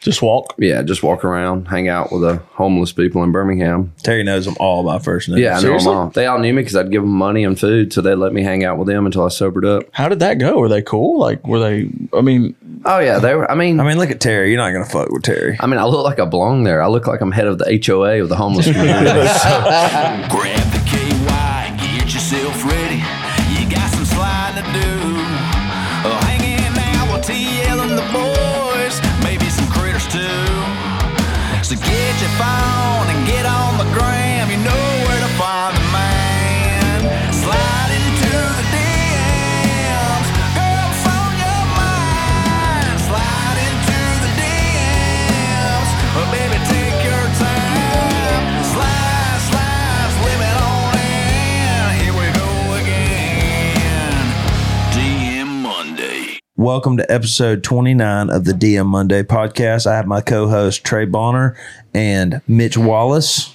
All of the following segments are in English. Just walk. Yeah, just walk around, hang out with the homeless people in Birmingham. Terry knows them all by first name. Yeah, I know 'em Seriously? all. They all knew me because I'd give them money and food, so they let me hang out with them until I sobered up. How did that go? Were they cool? Like, were they? I mean, Oh yeah, they were. I mean, I mean, look at Terry. You're not gonna fuck with Terry. I mean, I look like I belong there. I look like I'm head of the HOA with the homeless community. Grab the KY, get yourself ready. You got some sliding to do. Oh, hanging out with TL and the boys, maybe some critters too. So get your phone and get on the gram. You know where to find the man. Slide into the DMs. Girls on your mind. Slide into the DMs. Oh, baby, take your time. Slide, slide, slip it on in. Here we go again. DM Monday. Welcome to episode 29 of the DM Monday podcast. I have my co host Trey Bonner and Mitch Wallace.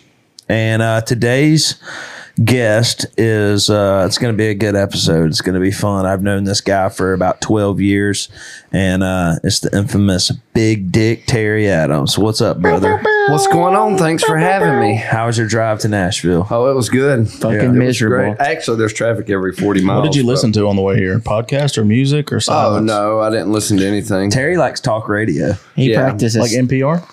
And uh, today's guest is, uh, it's going to be a good episode. It's going to be fun. I've known this guy for about 12 years, and uh, it's the infamous Big Dick Terry Adams. What's up, brother? What's going on? Thanks for having me. How was your drive to Nashville? Oh, it was good. Fucking miserable. Actually, there's traffic every 40 miles. what did you listen to on the way here? Podcast or music or Oh silence? no, I didn't listen to anything. Terry likes talk radio. He Yeah, practices. Like NPR.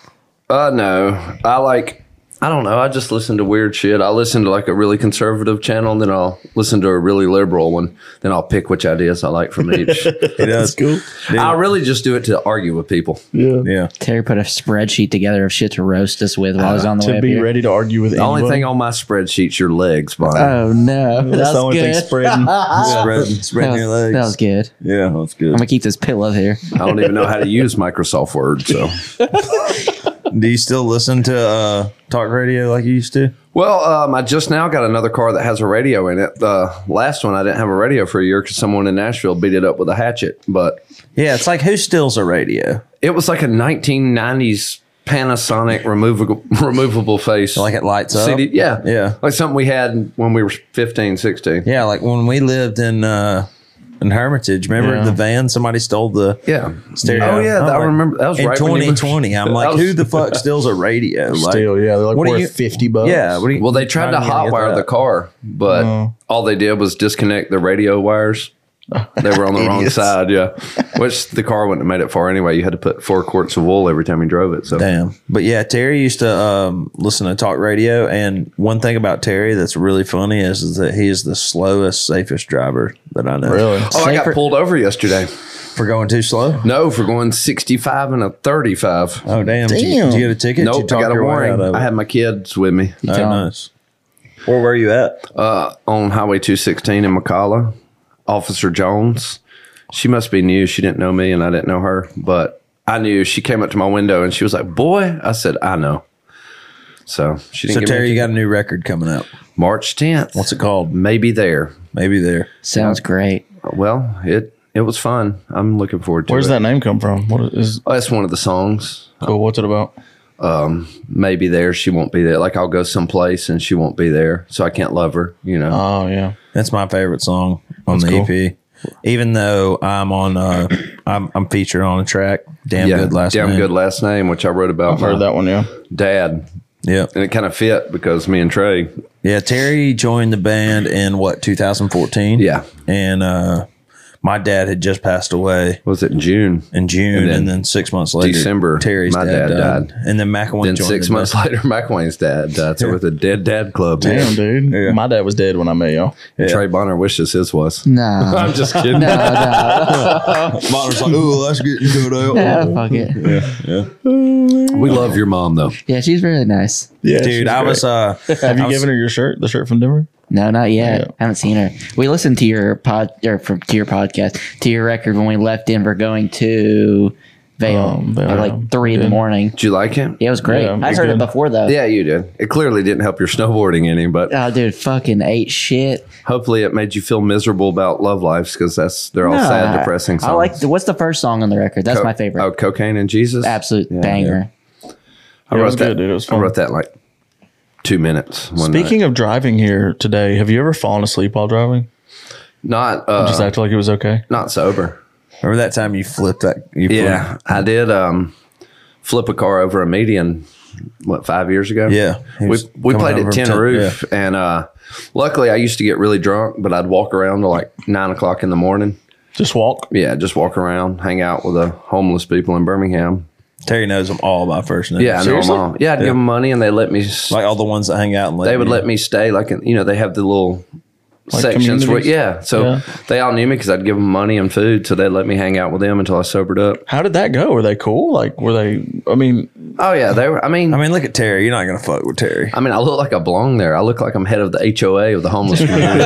Uh no. I like I don't know. I just listen to weird shit. I listen to like a really conservative channel, and then I'll listen to a really liberal one. Then I'll pick which ideas I like from each. He does. cool. I really just do it to argue with people. Yeah. Yeah. Terry put a spreadsheet together of shit to roast us with while I was on the way Uh, To up be here. ready to argue with The only anyone. thing on my spreadsheet's your legs, Bonnie. Uh. Oh no, that's, the only good. thing spreading. Spreading, that, spreading was, your legs. that was good. I'm yeah, that's good. gonna keep this pillow here. I don't even know how to use Microsoft Word. So, Do you still listen to uh, talk radio like you used to? well, um, I just now got another car that has a radio in it. The last one I didn't have a radio for a year because someone in Nashville beat it up with a hatchet. But Yeah, it's like who steals a radio? it was like a 1990s Panasonic removable removable face, Like it lights up. CD, yeah, Yeah. like something we had when we were 15, 16. Yeah, like when we lived in uh, in Hermitage. Remember Yeah. the van? Somebody stole the Yeah. stereo. Oh yeah, I'm I like, remember that was in right when you moved- 2020. I'm That like, was- who the fuck steals a radio? Like, Still, yeah. They're like what do worth you- fifty bucks. yeah. What do you, Well, they tried to how are you gonna get hotwire the that? Oh. car, but all they did was disconnect the radio wires. They were on the wrong Idiots. side, yeah. Which the car wouldn't have made it far anyway. You had to put four quarts of wool every time you drove it. So Damn. But yeah, Terry used to um, listen to talk radio. And one thing about Terry that's really funny is, is that he is the slowest, safest driver that I know. Really? Oh, I got Safer- pulled over yesterday. For going too slow? No, for going 65 and a 35. Oh, damn. Did, you, Damn. did you get a ticket? Did you nope, I talk got a your way warning. out of it? I had my kids with me Oh, Tell 'em. nice. Where were you at? uh, on Highway 216 in McCalla. Officer Jones, she must be new. She didn't know me and I didn't know her, but I knew she came up to my window and she was like, Boy, I said, I know. So she So didn't give Terry, me you got a new record coming out. March 10th. What's it called? Maybe there. Maybe there. Sounds great. Well, it it was fun. I'm looking forward to Where's it. that name come from? What is? Oh, that's one of the songs. Cool. What's it about? Maybe there, she won't be there. Like I'll go someplace and she won't be there, so I can't love her. You Uh, know. Oh yeah. That's my favorite song on the cool. EP. Even though I'm on, uh, I'm, I'm featured on a track. Damn yeah, good last damn name. good last name, which I wrote about Heard my that one? Yeah. dad, Yeah, and it kind of fit because me and Trey. yeah. Terry joined the band in what 2014. Yeah. and uh, my dad had just passed away what Was it in June? in June, and And then, then six months later, December, Terry's my dad, dad died. died. and then McElwain Then joined six the months band. later, McWayne's dad uh, died. So we're the Dead Dad Club. Damn, dude. Yeah. My dad was dead when I met y'all. And Trey Bonner wishes his was. No, I'm just kidding. Bonner's like, "Ooh, that's getting good out." no, fuck it. We love your mom though. Yeah, she's really nice. Yeah, Dude, I was. Uh, Have I you was- given her your shirt? The shirt from Denver? No, not yet. Yeah. I haven't seen her. We listened to your pod or from to your podcast to your record when we left Denver going to Vale Um, Vail, at yeah. like three in the Good. morning. Did you like him? Yeah, it was great. Yeah, it I was heard it good. before though. Yeah, you did. It clearly didn't help your snowboarding any, but Oh, dude, fucking ate shit. Hopefully, it made you feel miserable about love lives because that's they're all No, sad, I- depressing. Songs. Ah, I like the, what's the first song on the record? That's Co- my favorite. Oh, cocaine and Jesus, Absolute banger. I Yeah, it wrote was that. good, dude. It was I fun. wrote that in, like two minutes. One Speaking of driving here today, have you ever fallen asleep while driving? night. not uh, Just act like it was okay. not sober. remember that time you flipped that? You flipped Yeah, I did. Um, flip a car over a median. What five years ago? Yeah. He we was we coming played over at Tin Tin- Roof, and uh, luckily I used to get really drunk, but I'd walk around to like nine o'clock in the morning. Just walk. Yeah, just walk around, hang out with the homeless people in Birmingham. Terry knows them all by first name. Yeah, I know them Seriously? all. Yeah, I'd give them money, and they let me. s- like all the ones that hang out. And let they would you- let me stay like in- you know they have the little sections where communities? yeah so Yeah. they all knew me because i'd give them money and food so they let me hang out with them until i sobered up How did that go? Were they cool? Like, were they? I mean, oh yeah they were i mean I mean, look at Terry. You're not gonna fuck with Terry. I mean, I look like I belong there. I look like I'm head of the HOA of the homeless community.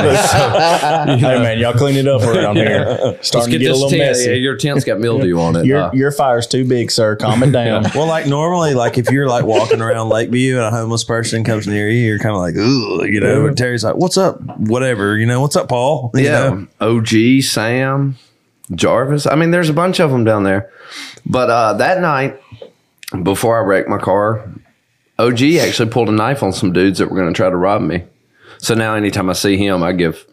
hey man, y'all clean it up around here. Starting to get a little tent. Yeah, messy. your tent's got mildew on it. Your Uh, your fire's too big, sir. Calm it down. Well, like normally, like if you're like walking around Lakeview and a homeless person comes near you, you're kind of like, ooh, you know. And Terry's like, "What's up? Whatever, you know. What's up, Paul? You yeah, know? OG, Sam, Jarvis. I mean, there's a bunch of them down there. But uh, that night, before I wrecked my car, OG actually pulled a knife on some dudes that were going to try to rob me. So now, anytime I see him, I give,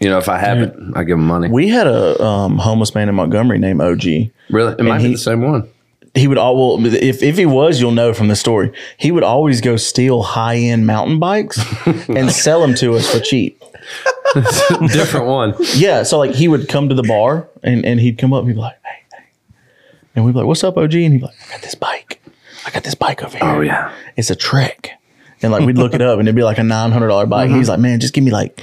you know, if I have it, I give him money. We had a um, homeless man in Montgomery named OG. really, it might be he- the same one. he would all well if, if he was you'll know from the story he would always go steal high-end mountain bikes and sell them to us for cheap Different one. yeah so like he would come to the bar and, and he'd come up and he'd be like hey, hey. and we'd be like what's up og and he'd be like i got this bike i got this bike over here Oh yeah, it's a trek and like we'd look it up and it'd be like a $900 bike he's like man just give me like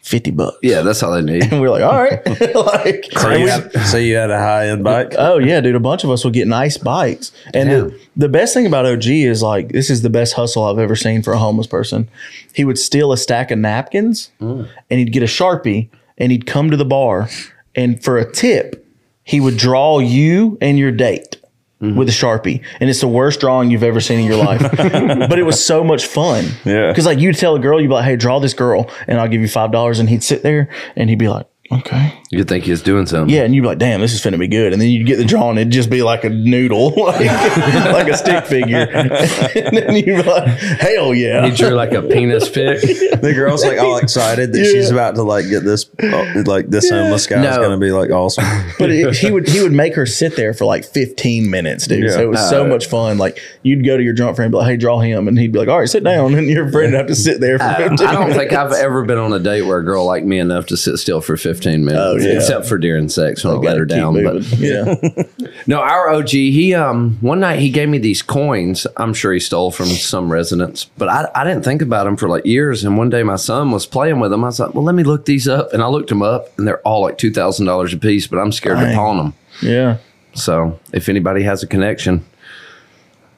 50 bucks Uh-huh. yeah. That's all they need. and we were like all right like So and you, we- had, so you had a high end bike. Oh yeah, dude. A bunch of us will get nice bikes. And the, the best thing about OG is like this is the best hustle I've ever seen for a homeless person. He would steal a stack of napkins and he'd get a Sharpie and he'd come to the bar and for a tip, he would draw you and your date. With a sharpie, and it's the worst drawing you've ever seen in your life. but it was so much fun. Yeah. because like you tell a girl, you'd be like, "Hey, draw this girl," and I'll give you five dollars. And he'd sit there and he'd be like, "Okay." You'd think he was doing something. Yeah, and you'd be like, damn, this is finna be good. And then you'd get the drawing, it'd just be like a noodle, like, like a stick figure. and then you'd be like, hell yeah. He drew like a penis pic. The girl's like all excited that she's about to like get this, uh, like this homeless guy is No. gonna be like awesome. But it, he would he would make her sit there for like 15 minutes, dude. So Yeah. it was so much fun. Like you'd go to your drunk friend, and be like, hey, draw him. And he'd be like, all right, sit down. And your friend would have to sit there for I 15 don't think I've ever been on a date where a girl liked me enough to sit still for 15 minutes, Oh, yeah. except for during sex when I let her down. But yeah. no, our OG, he um one night he gave me these coins. I'm sure he stole from some residents, but I, I didn't think about them for like years. And one day my son was playing with them. I was like, well, let me look these up. And I looked them up, and they're all like two thousand dollars a piece. But I'm scared to Dang. pawn them. yeah. So if anybody has a connection,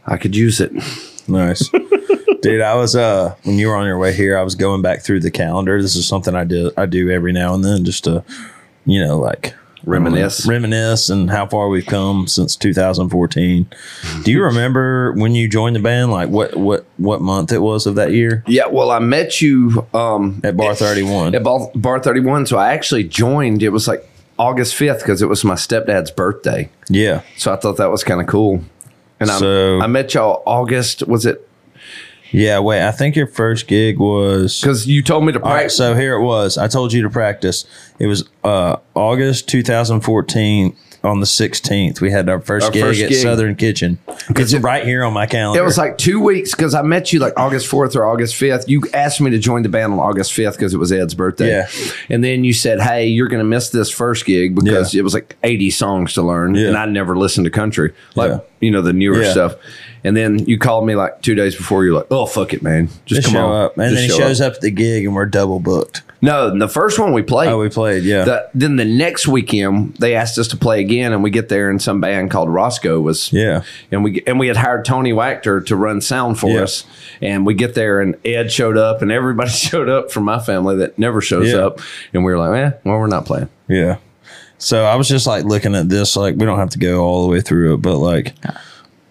I could use it. Nice. Dude, I was uh when you were on your way here, I was going back through the calendar. This is something I do I do every now and then just to you know, like Reminisce. reminisce and how far we've come since 2014. Do you remember when you joined the band like what what what month it was of that year? Yeah, well, I met you um, At Bar 31. at Bar, Bar 31. So I actually joined. It was like August 5th because it was my stepdad's birthday. Yeah. So I thought that was kind of cool. And I, So- I met y'all August, was it? Yeah, wait. I think your first gig was Because you told me to All right, practice. so here it was. I told you to practice. It was uh, August 2014 on the 16th. We had our first Our gig first at gig. Southern Kitchen. It's right here on my calendar. it was like two weeks because I met you like August 4th or August 5th. You asked me to join the band on August 5th because it was Ed's birthday. Yeah. And then you said, hey, you're going to miss this first gig because Yeah. it was like 80 songs to learn. Yeah. And I never listened to country, like, Yeah. you know, the newer Yeah. stuff. And then you called me like two days before. You're like, oh, fuck it, man. Just, Just come show on. up. And Just then he show shows up. at the gig and we're double booked. No, the first one we played. Oh, we played. Yeah. The, then the next weekend they asked us to play again, and we get there and some band called Roscoe was Yeah. and we and we had hired Tony Wachter to run sound for Yeah. us, and we get there and Ed showed up and everybody showed up from my family that never shows Yeah. up, and we were like, eh, well we're not playing. yeah. So I was just like looking at this. Like, we don't have to go all the way through it, but like,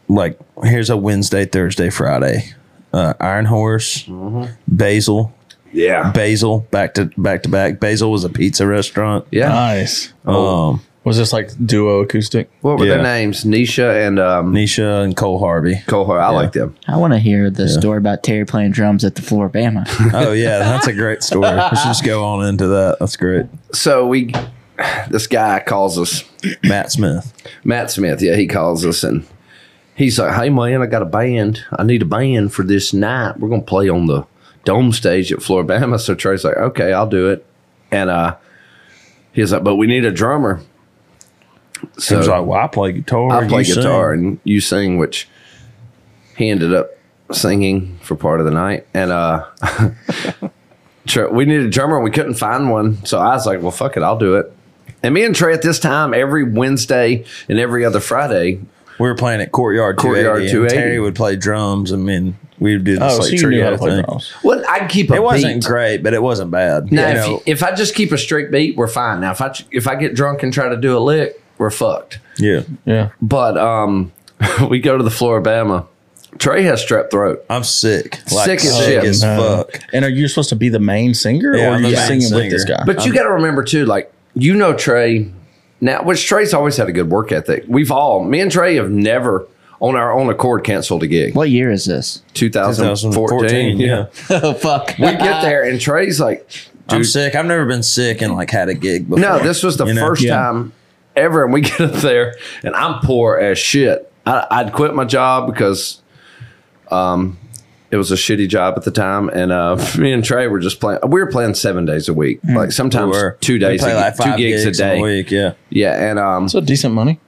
like here's a Wednesday, Thursday, Friday. Uh, Iron Horse, Mm-hmm. Basil, Yeah, Basil, back to back to back. Basil was a pizza restaurant. yeah. Nice. Oh. Um, Was this like duo acoustic? what were yeah. their names? Nisha and um, Nisha and Cole Harvey. Kohar. I like them. I want to hear the story about Terry playing drums at the Floribama. Oh yeah, that's a great story. Let's just go on into that. That's great. So we, this guy calls us. Matt Smith. Matt Smith, yeah, he calls us and He's like, hey, man, I got a band. I need a band for this night. We're going to play on the dome stage at Floribama. So Trey's like, okay, I'll do it. And uh, he's like, but we need a drummer. He So was like, well, I play guitar. I play you sing." guitar and you sing, which he ended up singing for part of the night. And uh, Tre- we needed a drummer and we couldn't find one. So I was like, well, fuck it, I'll do it. And me and Trey at this time, every Wednesday and every other Friday, We were playing at Courtyard Courtyard 280. and 280. Terry would play drums. I mean, we would do this Oh, like so you knew how to trio play thing. drums. well, I'd keep a It wasn't beat. great, but it wasn't bad. Now, You if, know, if I just keep a straight beat, we're fine. Now, if I if I get drunk and try to do a lick, we're fucked. yeah. Yeah. But um, we go to the Floribama. Trey has strep throat. I'm sick. Like, Sick sick as as, shit. No. fuck. And are you supposed to be the main singer Yeah, or are I'm you the singing main with this singer. guy? But you got to remember too, like you know Trey now, which Trey's always had a good work ethic. We've all, me and Trey, have never on our own accord canceled a gig. What year is this? 2014, 2014, yeah. Oh fuck! we get there and Trey's like, I'm dude, sick. I've never been sick and like had a gig before. no, this was the You know? first Yeah. time ever, and we get up there and I'm poor as shit. I, I'd quit my job because. um it was a shitty job at the time, and uh, me and Trey were just playing. We were playing seven days a week, like Mm. We sometimes were- two we days, play a, like two five gigs, a in day. week, yeah. Yeah, and um, So decent money.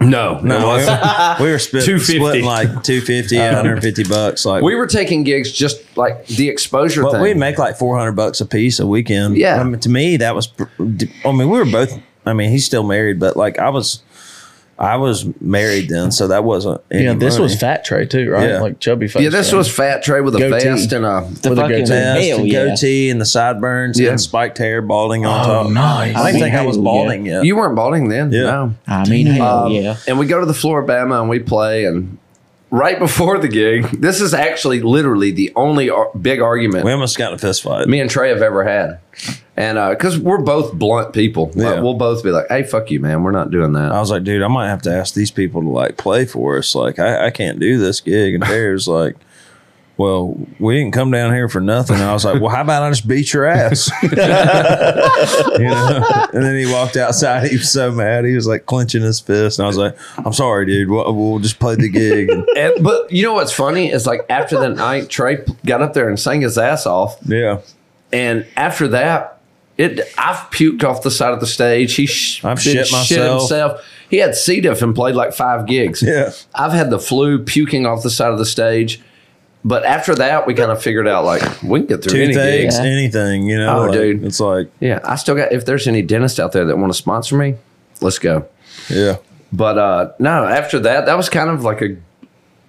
No, it No, we wasn't. were, we were split, 250. splitting like 250, 150 bucks. Like, we were taking gigs just like the exposure but thing. we'd make like 400 bucks a piece a weekend. Yeah. I mean, to me, that was, pr- I mean, we were both, I mean, he's still married, but like I was, I was married then. So that wasn't, any Yeah, this money. was Fat Trray too, right? Yeah. Like chubby face. yeah, this Trey. was Fat Trey with a Goatee. vest and a. the with a fucking goatee. Vest hell and yeah. goatee and the sideburns Yeah. and spiked hair, balding Oh, on top. nice. I didn't think I was Hell yeah. balding yet. You weren't balding then, Yeah. no. I mean, hell yeah. And we go to the Floribama and we play. And right before the gig, this is actually literally the only ar- big argument we almost got in a fist fight. me and Trey have ever had. And because we're both blunt people, Like, Yeah. Uh, we'll both be like, "Hey, fuck you, man. We're not doing that." I was like, dude, I might have to ask these people to like play for us. Like, I, I can't do this gig. And Terry was like, well, we didn't come down here for nothing. And I was like, well, how about I just beat your ass? you know? And then he walked outside. He was so mad. He was like clenching his fist. And I was like, I'm sorry, dude. We'll, we'll just play the gig. And And- but you know what's funny is like after that night, Trey p- got up there and sang his ass off. yeah. And after that, it I've puked off the side of the stage. He sh- I've been shit shit myself. himself. He had C diff and played like five gigs. Yeah. I've had the flu, puking off the side of the stage. But after that, we kind of figured out like we can get through any gig. Toothaches, anything, you know? Oh, like, dude. It's like, Yeah, I still got. If there's any dentist out there that want to sponsor me, let's go. yeah. But uh no, after that, that was kind of like a.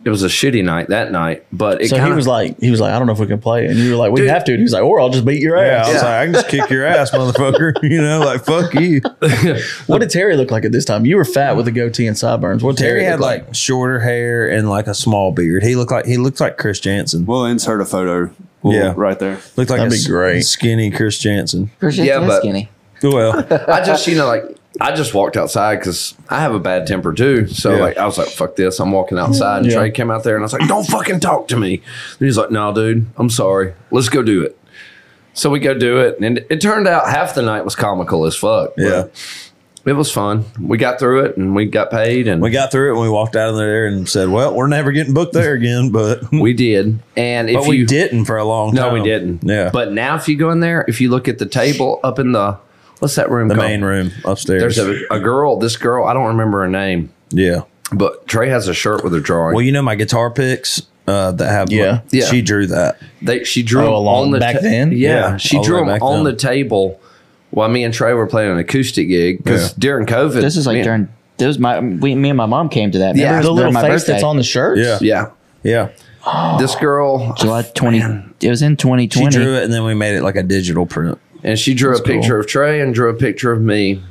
It was a shitty night that night, but it So kind he of was like, he was like, I don't know if we can play, and you were like, we Dude. have to, and he's like, or I'll just beat your Yeah, I ass. was Yeah. like, I can just kick your ass, motherfucker. You know, like fuck you. What did Terry look like at this time? You were fat with a goatee and sideburns. What Terry had look like shorter hair and like a small beard. He looked like he looked like Chris Jansen. We'll insert a photo. We'll- Yeah. right there. Looked like That'd a be s- great. skinny Chris Jansen. Christian's Yeah, that but- skinny. Well, I just, you know, like I just walked outside because I have a bad temper too. So like I was like, fuck this. I'm walking outside. And Yeah. Trey came out there and I was like, don't fucking talk to me. And he's like, no, dude, I'm sorry. Let's go do it. So we go do it. And it turned out half the night was comical as fuck. but yeah, It was fun. We got through it and we got paid and we got through it and we walked out of there and said, "Well, we're never getting booked there again." But we did. And if but you we didn't for a long No, time. we didn't. Yeah, But now if you go in there, if you look at the table up in the what's that room the called? main room upstairs. There's a, a girl, this girl, I don't remember her name, yeah. but Trey has a shirt with her drawing. Well, you know my guitar picks uh, that have. Yeah. Yeah. She drew that. They she drew Oh, them along on the back then? Yeah, Yeah, she all the drew way them back on then. the table while me and Trey were playing an acoustic gig because during COVID, This is like man- during. This was my. We, me and my mom came to that. Yeah, Remember? the It was little my face birthday. that's on the shirt. Yeah, yeah. yeah. This girl July twenty. It was in twenty She twenty. drew it and then we made it like a digital print. and she drew a picture of Trey and drew a picture of me,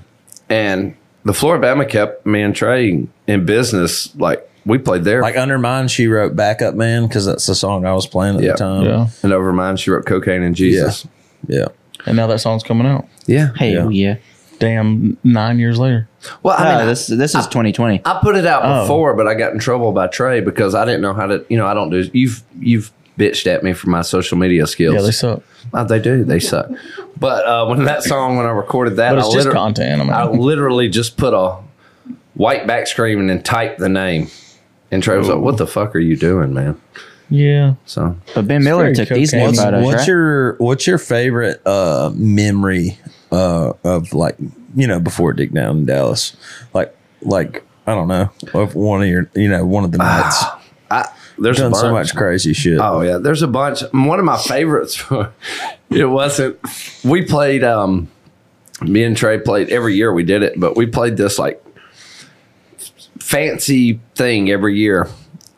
and the Floribama kept me and Trey in business. Like we played there, Like under mine, she wrote "Backup Man" because that's the song I was playing at Yeah. the time. yeah. and over mine she wrote cocaine and Jesus. yeah. And now that song's coming out. Yeah, Hey, Yeah. yeah. yeah. Damn, nine years later. Well, I No, mean, uh, this this is twenty twenty. I put it out Oh. before, but I got in trouble by Trey because I didn't know how to. You know, I don't do. You've you've bitched at me for my social media skills. Yeah, they suck. Oh, they do. They suck. But uh, when that song, when I recorded that, But I, it's just liter- content. I mean, I literally just put a white back screen and then typed the name And Trey was like, "What the fuck are you doing, man?" Yeah. So But Ben Miller very took these cocaine. game What's- photos, what's right? your what's your favorite uh memory uh of like you know before Dick Down in Dallas? Like like I don't know, of one of your you know, one of the Ah, nights. there's a Done bunch. so much crazy shit. Oh yeah, there's a bunch. One of my favorites. it wasn't. We played. Um, me and Trey played every year. We did it, but we played this like fancy thing every year,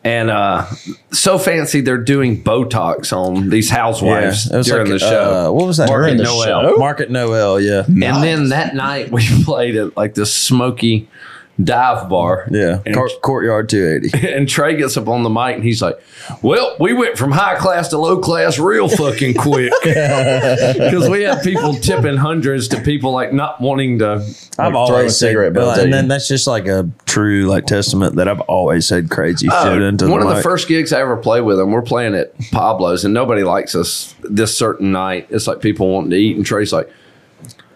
and uh, so fancy they're doing Botox on these housewives it was during like, the show. uh, what was that? Market During the Noel. show? Market Noel, yeah. And then that night we played at like this smoky dive bar. Yeah. And Cour- courtyard 280. and Trey gets up on the mic and he's like, "Well, we went from high class to low class real fucking quick because we had people tipping hundreds to people like not wanting to." I've Like throwing always said, cigarette butts at and you. then that's just like a true like testament that I've always said crazy shit into Oh, One the of the mic. first gigs I ever played with him, we're playing at Pablo's and nobody likes us this certain night. It's like people wanting to eat and Trey's like.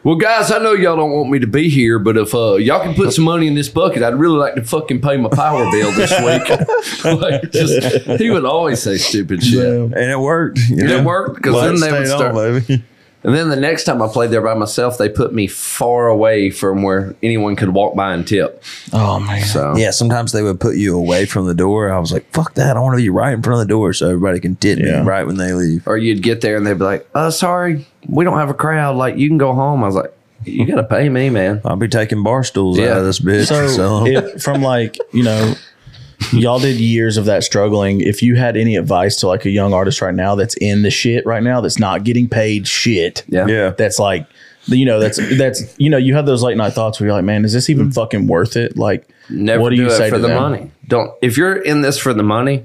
Well, guys, I know y'all don't want me to be here, but if uh, y'all can put some money in this bucket, I'd really like to fucking pay my power bill this week. like, just, he would always say stupid shit. and it worked. You It know? worked because Lights then they would stayed on, start. baby. And then the next time I played there by myself, they put me far away from where anyone could walk by and tip. Oh man. So Yeah, sometimes they would put you away from the door. I was like, fuck that. I want to be right in front of the door so everybody can tit Yeah. me right when they leave. or you'd get there and they'd be like, "Uh, sorry, we don't have a crowd. Like, you can go home." I was like, "You gotta pay me, man." I'll be taking bar stools Yeah. out of this bitch. So, So, if, from like you know, y'all did years of that struggling. If you had any advice to like a young artist right now that's in the shit right now, that's not getting paid shit, Yeah, yeah. that's like, you know, that's that's you know, you have those late night thoughts where you're like, man, is this even fucking worth it? Like, Mm-hmm. Never what do, you it say for to the them? money. Don't. If you're in this for the money,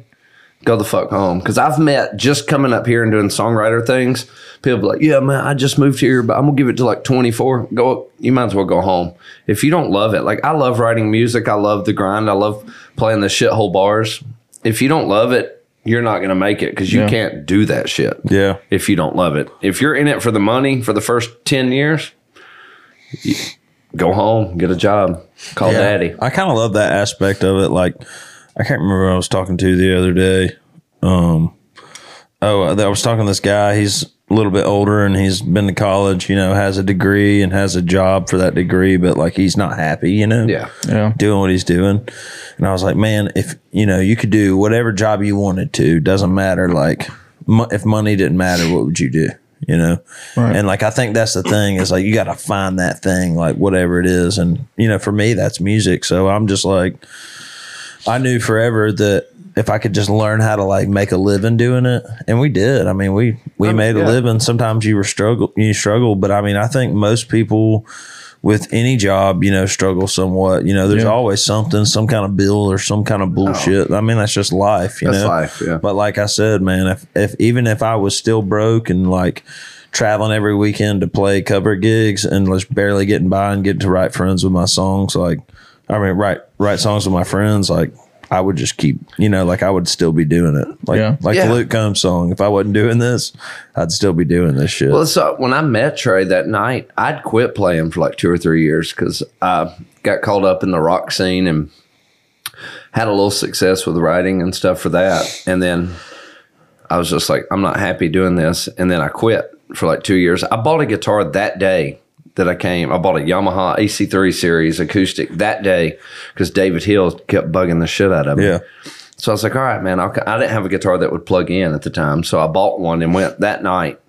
go the fuck home. Because I've met just coming up here and doing songwriter things. People be like, yeah, man, I just moved here, but I'm gonna give it to like 24. Go. You might as well go home if you don't love it. Like I love writing music. I love the grind. I love playing the shithole bars. If you don't love it, you're not gonna make it because you can't do that shit. Yeah. If you don't love it, if you're in it for the money for the first 10 years. you- Go home, get a job, call Yeah. daddy. I kind of love that aspect of it. Like, I can't remember who I was talking to the other day. Um, oh, I was talking to this guy. He's a little bit older and he's been to college, you know, has a degree and has a job for that degree, but like he's not happy, you know? Yeah. Yeah. Doing what he's doing. And I was like, man, if, you know, you could do whatever job you wanted to, doesn't matter. Like, mo- if money didn't matter, what would you do? You know? And like, I think that's the thing is like, you got to find that thing, like, whatever it is. And, you know, for me, that's music. So I'm just like, I knew forever that if I could just learn how to like make a living doing it, and we did. I mean, we we made yeah. a living. Sometimes you were struggle, you struggle, but I mean, I think most people with any job, you know, struggle somewhat. You know, there's always something, some kind of bill or some kind of bullshit. I mean, that's just life. You Oh. That's know, life, yeah. But like I said, man, if if even if I was still broke and like traveling every weekend to play cover gigs and was barely getting by and getting to write friends with my songs, like I mean, write write songs with my friends, like I would just keep, you know, like I would still be doing it, like Yeah. like Yeah. the Luke Combs song. If I wasn't doing this, I'd still be doing this shit. Well, so when I met Trey that night, I'd quit playing for like two or three years because I got caught up in the rock scene and had a little success with writing and stuff for that. And then I was just like, I'm not happy doing this. And then I quit for like two years. I bought a guitar that day that I came. I bought a Yamaha AC3 series acoustic that day because David Hill kept bugging the shit out of me. yeah, So I was like, all right, man, I'll, I didn't have a guitar that would plug in at the time. So I bought one and went that night,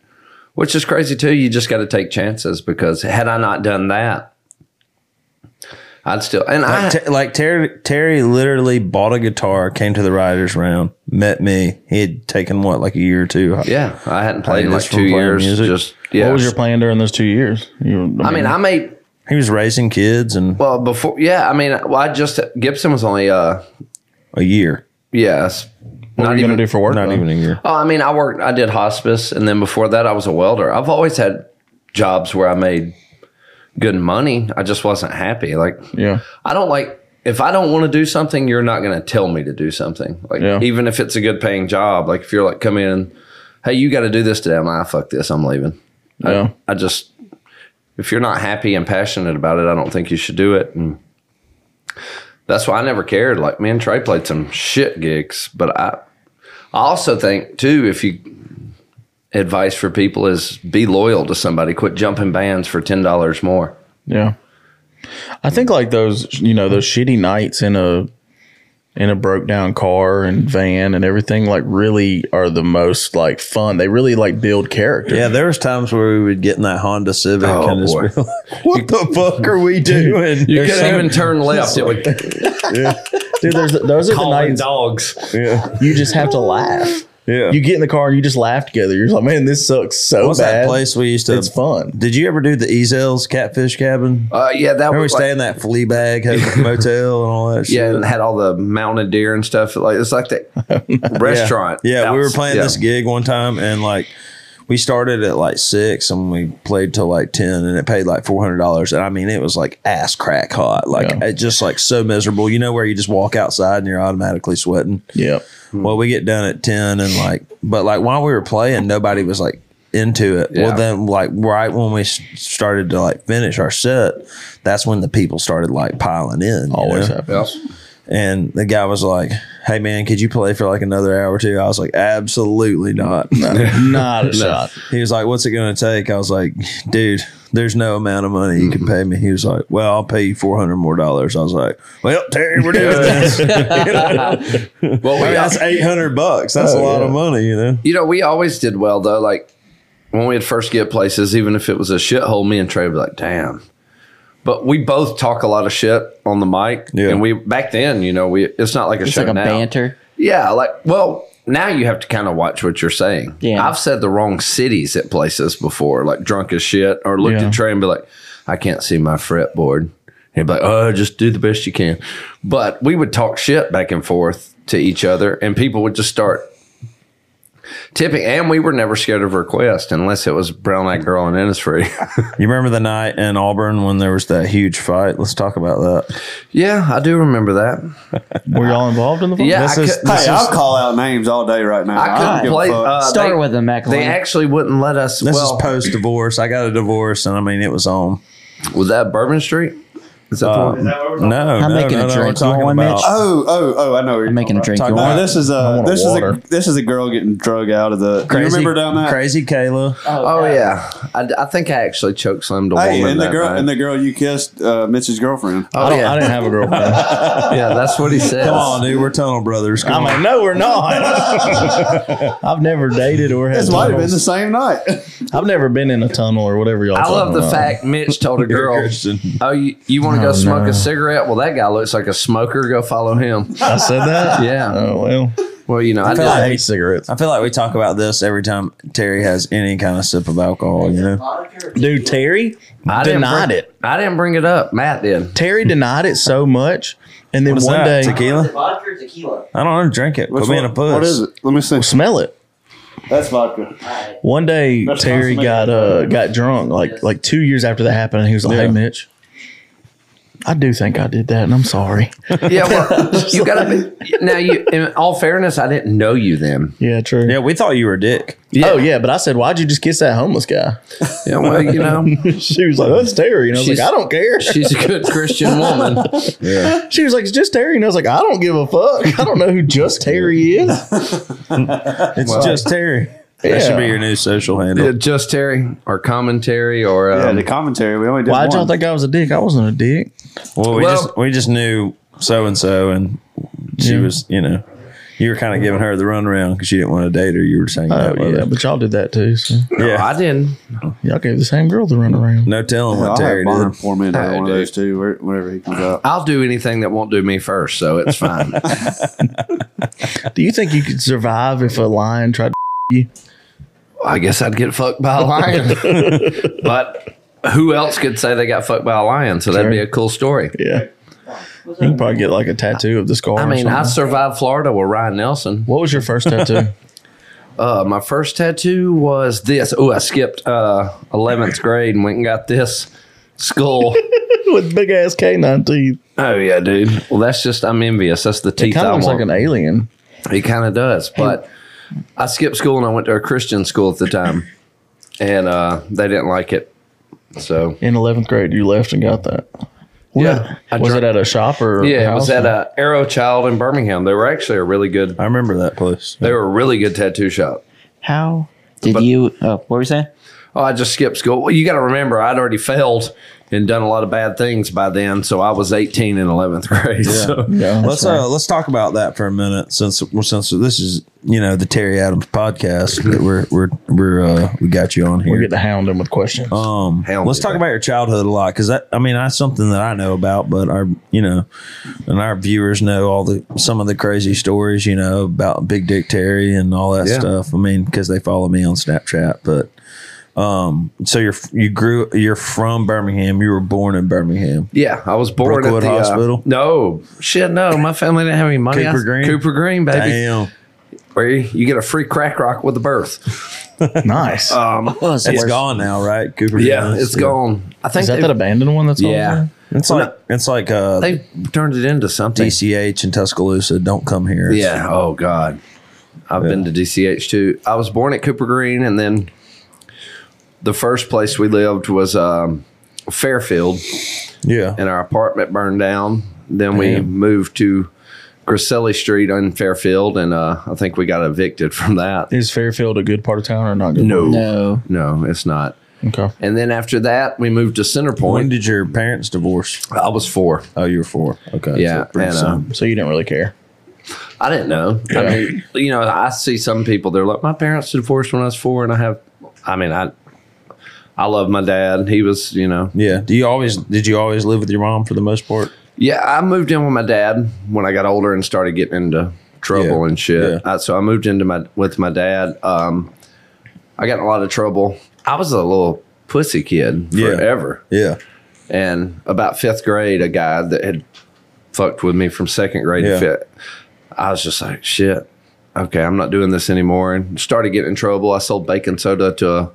which is crazy too. You just got to take chances because had I not done that, I'd still, and I, like, Ter- like Terry Terry literally bought a guitar, came to the writers round, met me. He had taken what like a year or two. yeah, I hadn't played in this like from two playing years. music. Just, yeah. What was your plan during those two years? You, I mean, I made, He was raising kids and well, before, yeah, I mean, well, I just, Gibson was only, uh, a year, yes. what are you gonna do for work? not though? even a year. Oh, I mean, I worked, I did hospice, and then before that, I was a welder. I've always had jobs where I made good money. I just wasn't happy. Like, Yeah. I don't like if I don't want to do something, you're not going to tell me to do something. Like Yeah. even if it's a good paying job, like if you're like come in, hey, you got to do this today. I'm like, "Ah, fuck this, I'm leaving. Yeah. I just if you're not happy and passionate about it, I don't think you should do it. And That's why I never cared. Like me and Trey played some shit gigs, but I, I also think too if you advice for people is be loyal to somebody. Quit jumping bands for ten dollars more. Yeah. I think like those, you know, those shitty nights in a in a broke down car and van and everything like really are the most like fun. They really like build character. Yeah, there was times where we would get in that Honda Civic Oh, and just boy. be like, "What the fuck are we doing?" You couldn't even turn left. It would Dude, there's, those are the call in nights dogs. yeah, you just have to laugh. yeah. You get in the car and you just laugh together. You're like, man, this sucks so What's bad. that place we used to? It's fun. Did you ever do the Ezel's Catfish Cabin? Uh, yeah, that Remember we was like, stayed in that flea bag ho- motel and all that shit? yeah, and had all the mounted deer and stuff. Like it's like that restaurant. Yeah, we were outs- playing yeah. this gig one time and like we started at like six and we played till like ten and it paid like four hundred dollars. And I mean it was like ass crack hot. Like Yeah. it just like so miserable. You know where you just walk outside and you're automatically sweating. Yep. Hmm. Well, we get done at ten and like but like while we were playing, nobody was like into it. Yeah. Well then like right when we s- started to like finish our set, that's when the people started like piling in. you Always know? happens. And the guy was like, "Hey man, could you play for like another hour or two? I was like, "Absolutely not." Not a shot. He was like, "What's it going to take?" I was like, "Dude, there's no amount of money you Mm-hmm. can pay me." He was like, "Well, I'll pay you four hundred more dollars." I was like, "Well, Terry, we're doing this. Well, we, That's eight hundred bucks. That's a lot of money, you know." you know, we always did well though. Like when we would first get places, even if it was a shithole, me and Trey would be like, damn. But we both talk a lot of shit on the mic, Yeah. and we back then, you know, we it's not like a It's show like a now. banter. Yeah, like well, now you have to kind of watch what you're saying. Yeah. I've said the wrong cities at places before, like drunk as shit, or looked Yeah. at Trey and be like, I can't see my fretboard. He'd be like, Oh, just do the best you can. But we would talk shit back and forth to each other, and people would just start tipping. And we were never scared of request unless it was brown eyed girl in Innisfree. You remember the night in Auburn when there was that huge fight? Let's talk about that. yeah, I do remember that. Were y'all involved in the fight? Yeah, This I is- cou- this Hey, I'll call out names all day right now. I couldn't don't give a play. fuck. Uh, Start they, with the Mac They line. actually wouldn't let us. This well, is post divorce. I got a divorce, and I mean it was on. was that Bourbon Street? Is that the Uh, one? No, no, making no, a no, drink. we're You want talking one, about. Mitch? oh, oh, oh! I know. I'm making a drink. You No, want? this is I a want a this is water. a this is a girl getting drug out of the. do you Crazy, remember down that crazy Kayla. Oh yeah, I, I think I actually choke slammed a Hey, woman. and the that girl night. and the girl you kissed, uh, Mitch's girlfriend. I, oh don't, yeah, I didn't have a girlfriend. yeah, that's what he says. Come on, dude. We're tunnel brothers. Come I'm like, on. no, we're not. I've never dated or had. This might have been tunnels. the same night. I've never been in a tunnel or whatever y'all. I love talking the about. fact Mitch told a You're a girl, Christian. "Oh, you, you want to go smoke no. a cigarette? Well, that guy looks like a smoker. Go follow him." I said that. Yeah. Oh well. Well, you know, I feel I did. hate cigarettes, I feel like we talk about this every time Terry has any kind of sip of alcohol. You know, dude. Terry I didn't denied bring, it. I didn't bring it up. Matt did. Terry denied it so much, and then one day, tequila. Vodka or tequila? I don't know. Drink it. Put me in a puss. What is it? Let me see. smell it. That's vodka. One day, That's Terry awesome. got uh got drunk. Like like two years after that happened, and he was like, "Hey, Mitch." I do think I did that, and I'm sorry. Yeah, well, you gotta be. Now, you, in all fairness, I didn't know you then. Yeah, true. Yeah, we thought you were a dick. Oh yeah, but I said, "Why'd you just kiss that homeless guy?" Yeah, well, you know, she was like, "That's Terry," and I was She's- like, "I don't care." she's a good Christian woman. She was like, "It's just Terry," and I was like, "I don't give a fuck. I don't know who just Terry is." It's just Terry. That should be your new social handle. Yeah, Just Terry or commentary or Yeah, um, the commentary. We only did Why'd y'all one. think I was a dick? I wasn't a dick. Well, we Well- just we just knew so and so, and she Yeah. was, you know, you were kind of giving her the runaround because you didn't want to date her. You were saying, Oh, that yeah, yeah, but y'all did that too. So. No, I didn't. Y'all gave the same girl the runaround. no telling what I'll Terry have Bonner did. pour me another Hey, one of dude. those too, where- whenever he comes out. I'll do anything that won't do me first, so it's fine. Do you think you could survive if a lion tried? to I guess I'd get fucked by a lion. but who else could say they got fucked by a lion? So that'd be a cool story. Yeah, you can probably get like a tattoo of the scar. I or mean, I something. survived Florida with Ryan Nelson. what was your first tattoo? Uh, my first tattoo was this. Oh, I skipped uh, 11th grade and went and got this skull. With big ass canine teeth. oh, yeah, dude. Well, that's just, I'm envious. That's the It teeth kind I of looks like want. an alien. He kind of does, but I skipped school and I went to a Christian school at the time, and uh, they didn't like it. So In eleventh grade, you left and got that. Yeah. I was dri- it at a shop or Yeah, it house? was at uh, Arrow Child in Birmingham. They were actually a really good. I remember that place. They were a really good tattoo shop. How did But- you? Oh, what were you saying? Oh, I just skipped school. Well, you got to remember, I'd already failed and done a lot of bad things by then. So I was 18 in 11th grade. So Yeah. Let's uh, let's talk about that for a minute since well, since this is you know the Terry Adams podcast that we're we're we're uh, we got you on we here. get to hound him with questions. Um, Hell let's yeah. talk about your childhood a lot because that I mean that's something that I know about, but our you know and our viewers know all the some of the crazy stories you know about Big Dick Terry and all that Yeah. stuff. I mean because they follow me on Snapchat, but. Um, so you're you grew you're from Birmingham. You were born in Birmingham. yeah, I was born Brookwood at the uh, Hospital? no, shit, no. My family didn't have any money. Cooper I- Green? Cooper Green, baby. Damn, Where you, you get a free crack rock with a birth. nice. Um, Oh, it's it's worse. gone now, right? Cooper. yeah, Jones? it's gone. I think Is that they- that abandoned one that's Yeah, It's like it's like uh, they turned it into something. DCH in Tuscaloosa. Don't come here. Yeah. Oh God. I've been to DCH too. I was born at Cooper Green, and then the first place we lived was um, Fairfield, yeah. and our apartment burned down. Then we Damn. moved to Griselli Street in Fairfield, and uh, I think we got evicted from that. Is Fairfield a good part of town or not good? No, No. no, it's not. Okay. And then after that, we moved to Center When Point. did your parents divorce? I was four. Oh, you were four. Okay. Yeah, so pretty and, soon. um, So you didn't really care. I didn't know. I mean, you know, I see some people. They're like, my parents divorced when I was four, and I have. I mean, I, I love my dad. He was, you know, yeah. Do you always did you always live with your mom for the most part? yeah. I moved in with my dad when I got older and started getting into trouble Yeah, and shit. yeah. I, so I moved into my with my dad. Um, I got in a lot of trouble. I was a little pussy kid Yeah. forever. Yeah. and about fifth grade, a guy that had fucked with me from second grade Yeah. to fifth, I was just like, shit, okay, I'm not doing this anymore. And started getting in trouble. I sold baking soda to a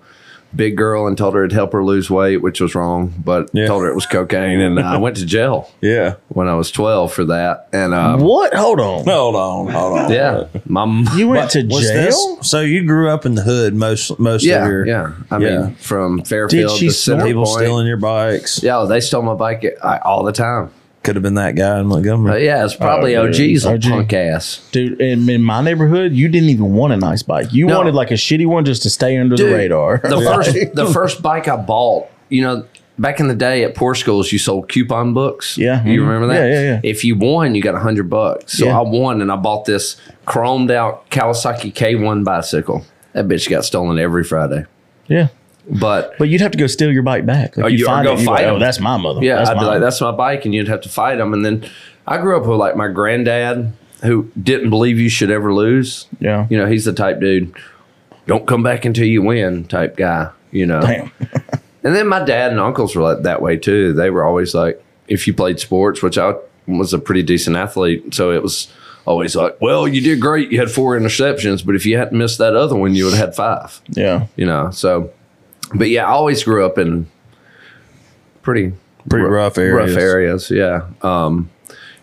big girl and told her it'd help her lose weight, which was wrong, but Yeah. told her it was cocaine. And I went to jail Yeah. when I was 12 for that. And um, What? Hold on. Hold on. Hold on. yeah, my m- You went to jail? Was this, so you grew up in the hood most most of yeah, your yeah. I Yeah. mean, from Fairfield she to Center snort? people Point. stealing your bikes. yeah, they stole my bike uh, all the time. Could have been that guy in But Montgomery. yeah, it's probably Uh, dude. OG's OG. punk ass. Dude, in, in my neighborhood, you didn't even want a nice bike. You No. wanted like a shitty one just to stay under the Dude, radar. The first the first bike I bought, you know, back in the day at poor schools, you sold coupon books. Yeah. mm-hmm. you remember that? Yeah, yeah, yeah. If you won, you got a hundred bucks. So Yeah. I won, and I bought this chromed out Kawasaki K1 bicycle. That bitch got stolen every Friday. yeah. But But you'd have to go steal your bike back. Like Oh, you'd you- or find go it, you'd be fight like, 'em. oh, that's my mother. yeah, that's I'd my be like, mother." "That's my bike," and you'd have to fight them. And then I grew up with like my granddad, who didn't believe you should ever lose. Yeah. you know, he's the type dude. Don't come back until you win, type guy. You know, Damn. And then my dad and uncles were like that way too. They were always like, if you played sports, which I was a pretty decent athlete, so it was always like, well, you did great. You had four interceptions, but if you hadn't missed that other one, you would have had five. Yeah. You know, so. But yeah, I always grew up in pretty Pretty ru- rough areas. Rough areas, yeah. Um,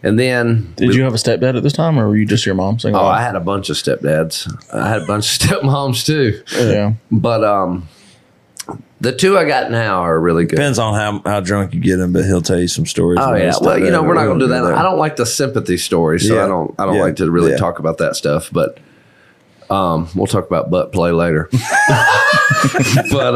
and then Did you have a stepdad at this time or were you just your mom single? oh, I had a bunch of stepdads. I had a bunch of stepmoms too. yeah. But um, the two I got now are really good. Depends on how, how drunk you get him, but he'll tell you some stories. Oh when yeah. he's Well, not you know, there. we're not We going to do that. there. I don't like the sympathy story, so Yeah. I don't. I don't Yeah. like to really Yeah. talk about that stuff. But um, we'll talk about butt play later. but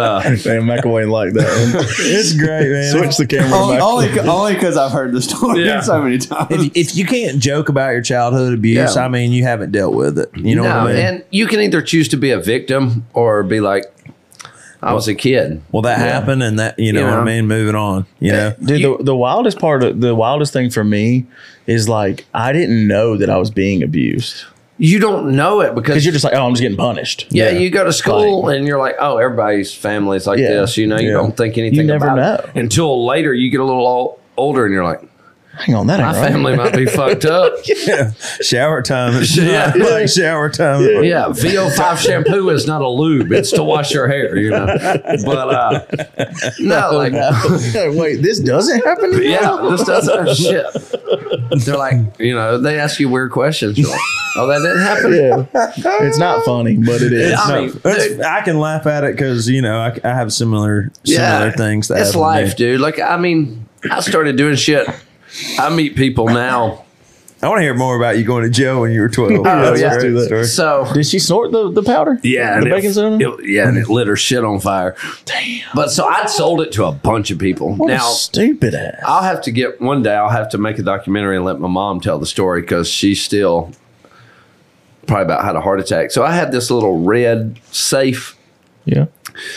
uh, Damn, McAvoy like that. It's great, man. the camera Oh, only only because I've heard the story Yeah. so many times. Oh, if, if you can't joke about your childhood abuse, Yeah. I mean, you haven't dealt with it. You know no, what I mean? and you can either choose to be a victim or be like, I was a kid. well, that happened, and that you know You what I know. mean. Moving on, you know. Dude, You- the, the wildest part of the wildest thing for me is like I didn't know that I was being abused. You don't know it because Because you're just like, oh, I'm just getting punished. Yeah, you go to school and you're like, oh, everybody's family's like Yeah. this. You know, you Yeah. don't think anything. You never about know. it. until later. You get a little ol- older and you're like, Hang on, that my ain't right. family might be fucked up. shower time. It's Yeah. not like shower time. Yeah, VO5 shampoo is not a lube. It's to wash your hair, you know. But uh no, like Wait, this doesn't happen. To you? yeah, this doesn't oh, shit. They're like, you know, they ask you weird questions. You're like, oh, that didn't happen. Yeah. it's not funny, but it is. I No, mean, that's- dude. I can laugh at it because you know I, I have similar similar Yeah, things. That it's happen to me. life, dude. Like, I mean, I started doing shit. I meet people now. I want to hear more about you going to jail when you were 12. let's Oh, yeah. do that. Story. So Did she snort the, the powder? Yeah, the and it- baking soda. it- yeah, and it lit her shit on fire. Damn. But so I sold it to a bunch of people. What now a stupid ass. I'll have to get one day. I'll have to make a documentary and let my mom tell the story because she still probably about had a heart attack. So I had this little red safe. Yeah.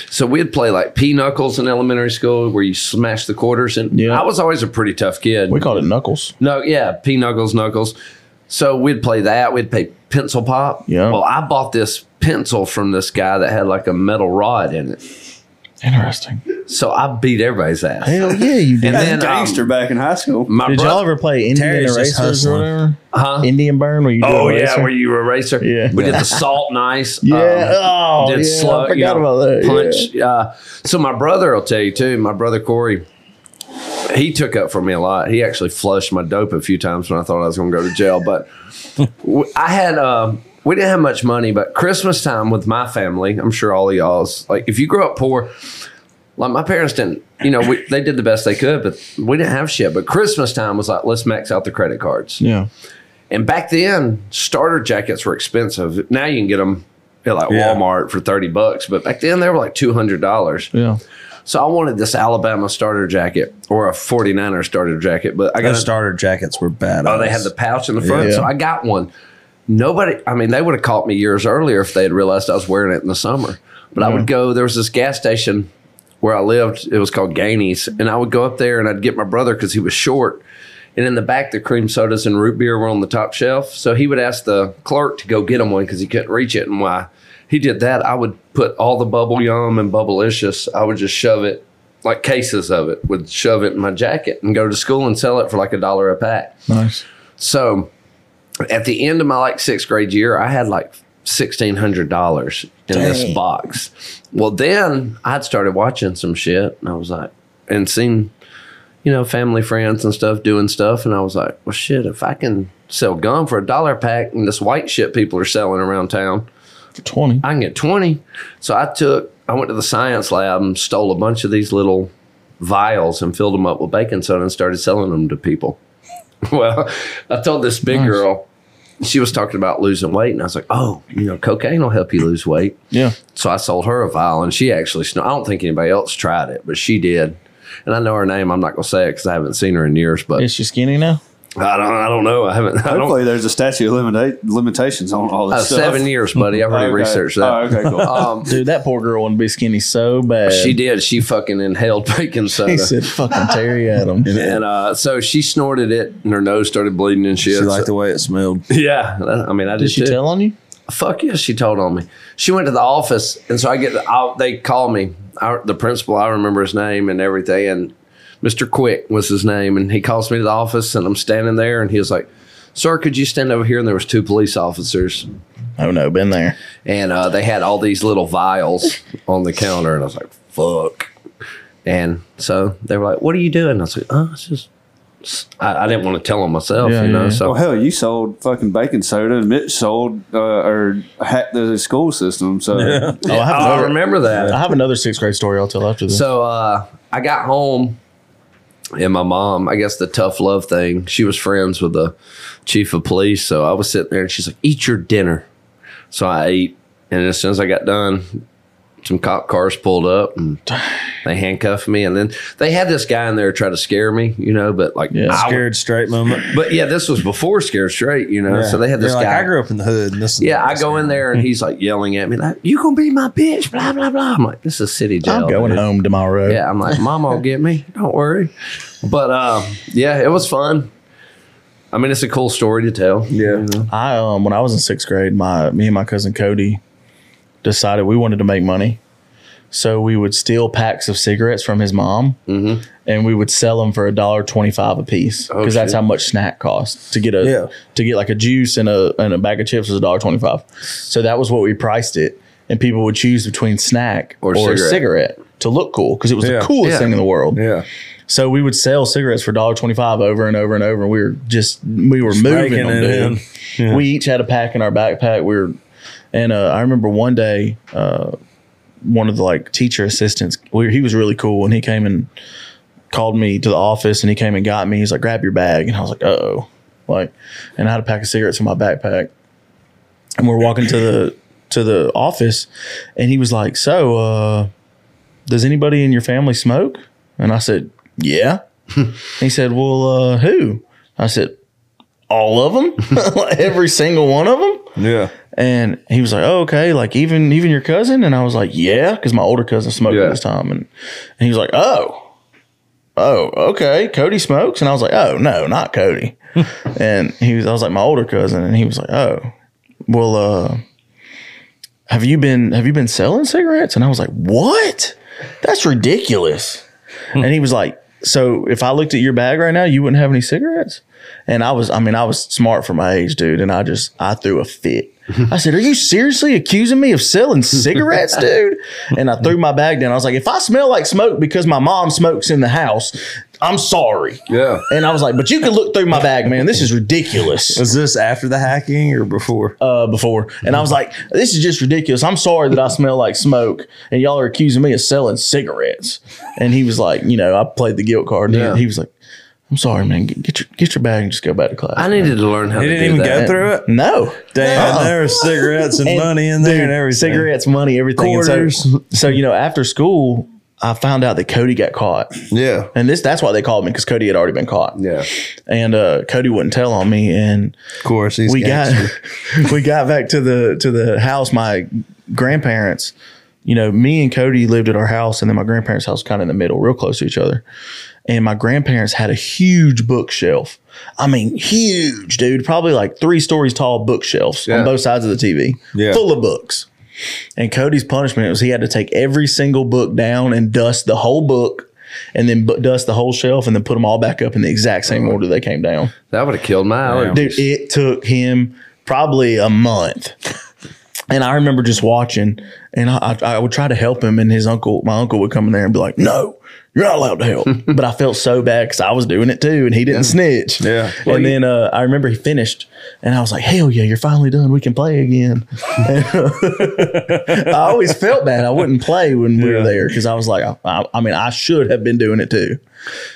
So we'd play like pinocchles in elementary school where you smash the quarters. And Yeah. I was always a pretty tough kid. We called it knuckles. No, yeah, P Knuckles, Knuckles. So we'd play that. We'd play Pencil Pop. Yeah. Well, I bought this pencil from this guy that had like a metal rod in it. Interesting. So I beat everybody's ass. Hell yeah, you did. And uh, then um, Gangster back in high school. my did brother, y'all ever play Indian Terry's Erasers just or hustling. whatever? Huh? Indian Burn, where you do Oh a yeah, eraser? were you a racer? Yeah. We did the salt and ice. um, Yeah. Oh, did yeah, I slow, you forgot know, about that, yeah. punch. Uh, so my brother will tell you too. My brother Corey, he took up for me a lot. He actually flushed my dope a few times when I thought I was going to go to jail. But w- I had. Um, we didn't have much money, but Christmas time with my family, I'm sure all of y'all's like if you grew up poor, like my parents didn't, you know, we, they did the best they could, but we didn't have shit. But Christmas time was like, let's max out the credit cards. Yeah. And back then, starter jackets were expensive. Now you can get them at like Yeah. Walmart for 30 bucks, but back then they were like $200. Yeah. So I wanted this Alabama starter jacket or a 49er starter jacket, but I got Those a starter jackets were bad. Oh, they had the pouch in the front. Yeah. So I got one. Nobody, I mean, they would have caught me years earlier if they had realized I was wearing it in the summer. But I would go, there was this gas station where I lived. It was called Gainey's. And I would go up there and I'd get my brother because he was short. And in the back, the cream sodas and root beer were on the top shelf. So he would ask the clerk to go get him one because he couldn't reach it. And why he did that, I would put all the bubble yum and bubblicious, I would just shove it, like cases of it, would shove it in my jacket and go to school and sell it for like a dollar a pack. Nice. So at the end of my like sixth grade year, I had like sixteen hundred dollars in this box. Well, then I'd started watching some shit, and I was like, and seen, you know, family friends and stuff doing stuff, and I was like, well, shit, if I can sell gum for a dollar a pack, and this white shit people are selling around town, For 20. I can get 20. So I took, I went to the science lab and stole a bunch of these little vials and filled them up with baking soda and started selling them to people. well, I told this big girl, she was talking about losing weight, and I was like, oh, you know, cocaine will help you lose weight. Yeah. So I sold her a vial, and she actually, sno- I don't think anybody else tried it, but she did. And I know her name. I'm not going to say it because I haven't seen her in years, but Is she skinny now? I don't, I don't know. I haven't, I don't, Hopefully, there's a statute of limita- limitations on all this uh, stuff. seven years, buddy. I've already Okay. researched that. Oh, okay, cool. Um, Dude, that poor girl wouldn't be skinny so bad. She did. She fucking inhaled baking He soda. said, fucking Terry Adam. and uh, so she snorted it, and her nose started bleeding and shit. She liked So- the way it smelled. yeah, that- I mean, I did, Did she too. tell on you? Fuck yeah, she told on me. She went to the office, and so I get. I, they call me. I, the principal, I remember his name and everything, and Mr. Quick was his name, and he calls me to the office, and I'm standing there, and he was like, "Sir, could you stand over here?" And there was two police officers, Oh no, been there. and uh, they had all these little vials on the counter, and I was like, "Fuck!" And so they were like, "What are you doing?" I was like, "Oh, it's just." I, I didn't want to tell them myself, Yeah, you know. yeah, yeah. So Well, hell, you sold fucking baking soda, and Mitch sold uh, or hacked the school system. So Oh, I have, I another, remember that. I have another sixth grade story I'll tell after this. So uh, I got home, and my mom, I guess the tough love thing, she was friends with the chief of police. So I was sitting there, and she's like, Eat your dinner. So I ate. And as soon as I got done, some cop cars pulled up and they handcuffed me. And then they had this guy in there trying to scare me, you know, but like, Yeah. I- Scared straight moment. but yeah, this was before Scared Straight, you know. So they had They're this like, guy. I grew up in the hood. And this yeah, I go in there and he's like yelling at me, like, you gonna be my bitch, blah, blah, blah. I'm like, this is city jail. I'm going dude." home tomorrow. Yeah, I'm like, Mom will get me. Don't worry. But um, yeah, it was fun. I mean, it's a cool story to tell. Yeah. I um when I was in sixth grade, my me and my cousin Cody decided we wanted to make money, so we would steal packs of cigarettes from his mom, and we would sell them for a dollar twenty five a piece because that's shit. how much snack cost to get a Yeah. to get like a juice and a and a bag of chips was a dollar twenty five, so that was what we priced it, and people would choose between snack Or or, a cigarette. cigarette to look cool because it was Yeah. the coolest Yeah. thing in the world. Yeah. So we would sell cigarettes for $1.25 over and over and over. And we were just, we were moving raking them, it dude. We each had a pack in our backpack. We were, and uh, I remember one day, uh, one of the like teacher assistants, we, he was really cool and he came and called me to the office and he came and got me. He's like, grab your bag. And I was like, oh. Like, and I had a pack of cigarettes in my backpack. And we're walking to the to the office and he was like, So, uh, does anybody in your family smoke? And I said, Yeah. he said, Well, uh, who? I said, All of them? like every single one of them? Yeah. And he was like, oh, okay, like even even your cousin? And I was like, yeah, because my older cousin smoked Yeah. at this time. And, and he was like, oh, oh, okay, Cody smokes? And I was like, oh, no, not Cody. and he was, I was like, my older cousin. And he was like, oh, well, uh, have you been have you been selling cigarettes? And I was like, what? That's ridiculous. and he was like, so if I looked at your bag right now, you wouldn't have any cigarettes? And I was, I mean, I was smart for my age, dude. And I just, I threw a fit. I said, Are you seriously accusing me of selling cigarettes, dude? And I threw my bag down. I was like, If I smell like smoke because my mom smokes in the house, I'm sorry. Yeah. And I was like, But you can look through my bag, man. This is ridiculous Was this after the hacking or before? uh, before. Mm-hmm. And I was like, this is just ridiculous. I'm sorry that I smell like smoke and y'all are accusing me of selling cigarettes. And he was like, you know, I played the guilt card. And he- Yeah. he, was like, I'm sorry, man. Get, get your get your bag and just go back to class. I needed to learn how He to do didn't even that. go through it. no. Damn, Uh-uh. there was cigarettes and, And, money in there dude, and everything. Cigarettes, money, everything. And so- Quarters. so, you know, after school, I found out that Cody got caught. Yeah. And this that's why they called me because Cody had already been caught. Yeah. And uh, Cody wouldn't tell on me. And Of course, he's we gangster. got we got back to the to the house my grandparents you know me and cody lived at our house and then my grandparents house kind of in the middle real close to each other and my grandparents had a huge bookshelf i mean huge dude probably like three stories tall bookshelves Yeah. on both sides of the tv Yeah. full of books and cody's punishment was he had to take every single book down and dust the whole book and then bu- dust the whole shelf and then put them all back up in the exact same order they came down That would have killed my allergies. Dude, it took him probably a month. And I remember just watching, and I, I I would try to help him, and his uncle, my uncle, would come in there and be like, "No, you're not allowed to help." but I felt so bad because I was doing it too, and he didn't snitch. Yeah. and then uh, I remember he finished, and I was like, "Hell yeah, you're finally done. We can play again." I always felt bad. I wouldn't play when we Yeah. were there because I was like, I, I, I mean, I should have been doing it too.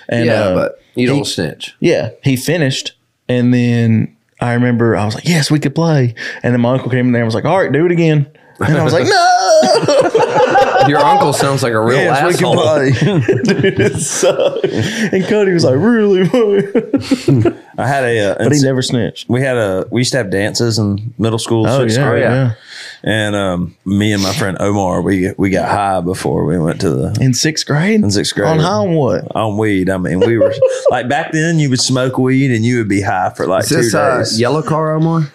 And yeah, uh, but you don't he- snitch. yeah, he finished, and then I remember I was like, "Yes, we could play." And then my uncle came in there and was like, "All right, do it again." And I was like, "No, Your uncle sounds like a real Yes, we asshole. can play. dude, it sucked." And Cody was like, "Really?" but I had a, uh, he never snitched. Oh, we had a, we used to have dances in middle school. sixth grade. yeah. And um, me and my friend Omar, we we got high before we went to the In sixth grade, in sixth grade. on how and what? on weed. I mean, we were like back then you would smoke weed and you would be high for like Is two this uh, days. yellow car, Omar?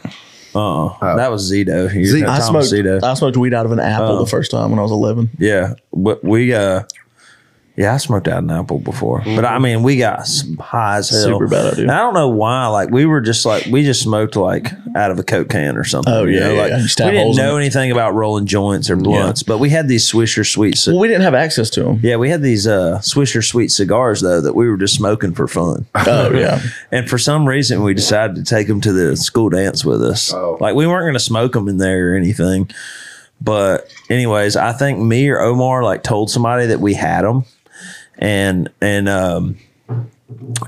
Uh-uh. That was Zito. You're Zito. Oh. I Thomas smoked. Zito. I smoked weed out of an apple the first time when I was eleven. Yeah, but we uh, yeah, I smoked out an apple before, but I mean, we got some high as hell. Super bad idea. And I don't know why. Like we were just like we just smoked like out of a coke can or something. Oh, you yeah, know? yeah, like yeah. You stab we didn't holes in know it. anything about rolling joints or blunts, but we had these Swisher sweets. Well, we didn't have access to them. yeah, we had these uh, Swisher sweet cigars though that we were just smoking for fun. Oh yeah, And for some reason, we decided to take them to the school dance with us. Oh. Like we weren't going to smoke them in there or anything. But anyways, I think me or Omar like told somebody that we had them, and and um.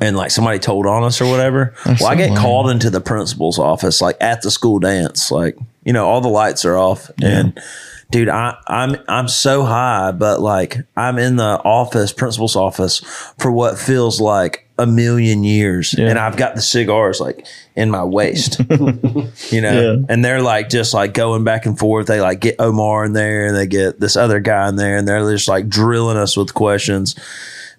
And like somebody told on us or whatever. well, I so get lame. called into the principal's office, like at the school dance, like you know, all the lights are off, and dude, I, I'm I'm so high, but like I'm in the office, principal's office, for what feels like a million years, and I've got the cigars like in my waist, you know, Yeah. and they're like just like going back and forth. They like get Omar in there, and they get this other guy in there, and they're just like drilling us with questions,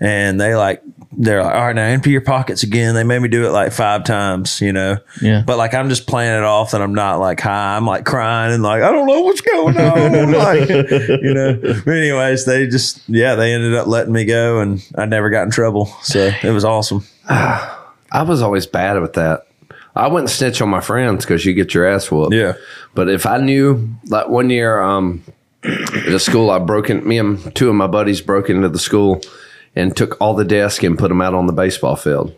and they like. They're like, all right, now empty your pockets again. They made me do it like five times, you know. Yeah. But like, I'm just playing it off, and I'm not like high. I'm like crying and like, I don't know what's going on. like, you know. But anyways, they just yeah, they ended up letting me go, and I never got in trouble. So it was awesome. I was always bad with that. I wouldn't snitch on my friends because you get your ass whooped. But if I knew, like one year, um, at a school, I broke in, me and two of my buddies broke into the school and took all the desk and put them out on the baseball field.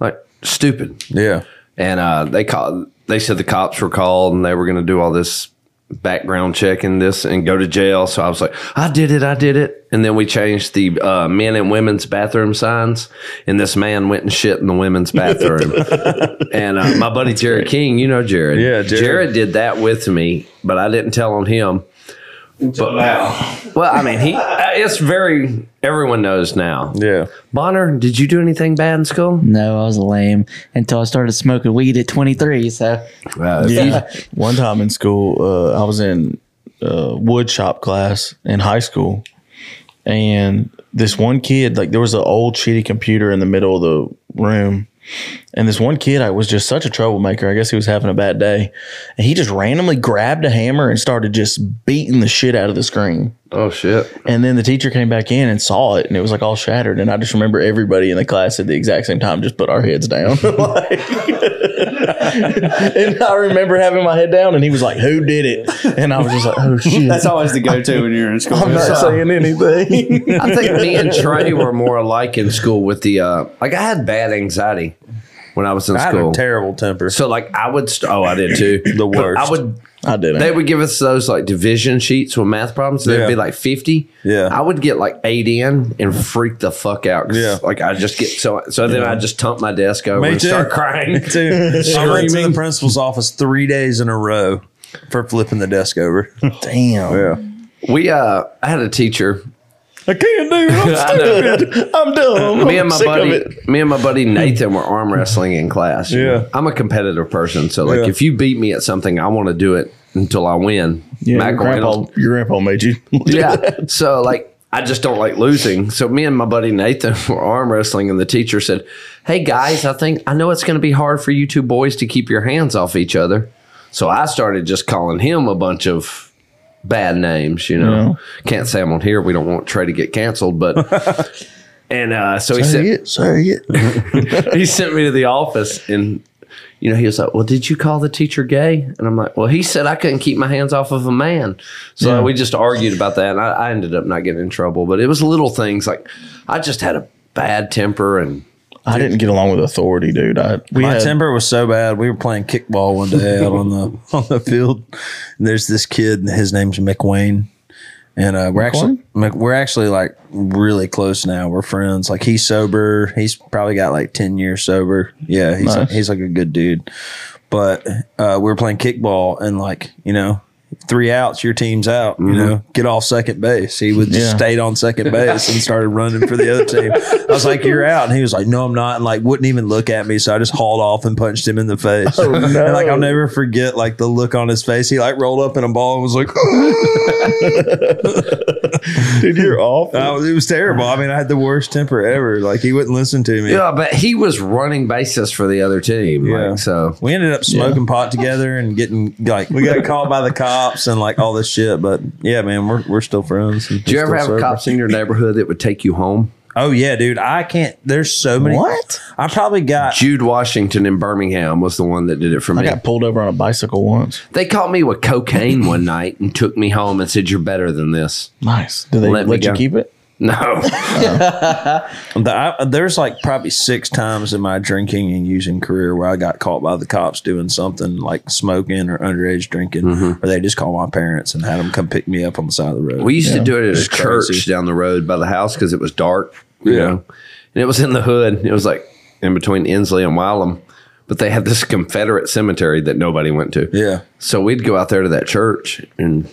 Like, stupid. yeah, And uh, they called, they said the cops were called and they were going to do all this background checking this and go to jail. So I was like, I did it, I did it. And then we changed the uh, men and women's bathroom signs, and this man went and shit in the women's bathroom. and uh, my buddy Jared King, you know Jared, Yeah, Jared. Jared did that with me, but I didn't tell on him. But well, I mean, he. It's very. Everyone knows now. Yeah. Bonner, did you do anything bad in school? No, I was lame until I started smoking weed at 23. So Yeah. One time in school, uh, I was in uh, wood shop class in high school, and this one kid, like, there was an old shitty computer in the middle of the room. And this one kid, I was just such a troublemaker. I guess he was having a bad day. And he just randomly grabbed a hammer and started just beating the shit out of the screen. Oh shit! And then the teacher came back in and saw it, and it was like all shattered. And I just remember everybody in the class at the exact same time just put our heads down. Like- and I remember having my head down, and he was like, "Who did it?" And I was just like, "Oh shit." That's always the go-to when you're in school. I'm not saying anything. I think me and Trey were more alike in school with the uh, like. I had bad anxiety when I was in I had a school. terrible temper. so like, I would. St- oh, I did too. The worst. I would. I didn't. They would give us those like division sheets with math problems. They'd Yeah. be like fifty. Yeah. I would get like eight in and freak the fuck out. 'cause, Yeah. like I just get so. So then I just tump my desk over and start crying. Me too. I went to the Screaming. principal's office three days in a row for flipping the desk over. Damn. We uh, I had a teacher I can't do it. I'm I know. stupid. I'm dumb. me I'm and my sick of buddy, it. me and my buddy Nathan were arm wrestling in class. you Yeah. know. I'm a competitive person, so like Yeah. if you beat me at something, I want to do it until I win. Yeah, your, Macarena- grandpa, your grandpa made you. yeah. So like I just don't like losing. So me and my buddy Nathan were arm wrestling and the teacher said, Hey guys, I think I know it's gonna be hard for you two boys to keep your hands off each other. So I started just calling him a bunch of bad names, you know. Can't say I'm on here. We don't want Trey to get canceled, but and uh, so he Say said it. Say it. he sent me to the office and you know he was like well did you call the teacher gay and i'm like well he said i couldn't keep my hands off of a man so Yeah. we just argued about that and I, I ended up not getting in trouble but it was little things like i just had a bad temper and I didn't get along with authority, dude. I we My had, temper was so bad. We were playing kickball one day out on the on the field. And there's this kid, and his name's McWayne. And uh, we're actually Mc- we're actually like really close now. We're friends. Like he's sober. He's probably got like ten years sober. Yeah, he's like, he's like a good dude. But uh, we were playing kickball, and like you know, three outs, your team's out. You know, get off second base. He would just Yeah. stayed on second base and started running for the other team. I was like, "You're out," and he was like, "No, I'm not," and like wouldn't even look at me. So I just hauled off and punched him in the face. And like I'll never forget like the look on his face. He like rolled up in a ball and was like, dude, you're awful. I was- it was terrible. I mean, I had the worst temper ever. Like he wouldn't listen to me. yeah but he was running bases for the other team Yeah. like so We ended up smoking pot together and getting like we got caught by the cops and like all this shit. But yeah, man, we're we're still friends. do you ever have cops in your neighborhood that would take you home Oh yeah, dude. I can't. There's so many. What? I probably got. jude washington in birmingham was the one that did it for I me got pulled over on a bicycle once. they caught me with cocaine one night and took me home and said you're better than this Nice. Do they Let let, me you go. keep it? no The, I, there's like probably six times in my drinking and using career where I got caught by the cops doing something like smoking or underage drinking, Mm-hmm. or they just called my parents and had them come pick me up on the side of the road. We used to do it at a church crazy. down the road by the house because it was dark, you Yeah. know, and it was in the hood. It was like in between Inslee and Wylam, but they had this Confederate cemetery that nobody went to. yeah. So we'd go out there to that church and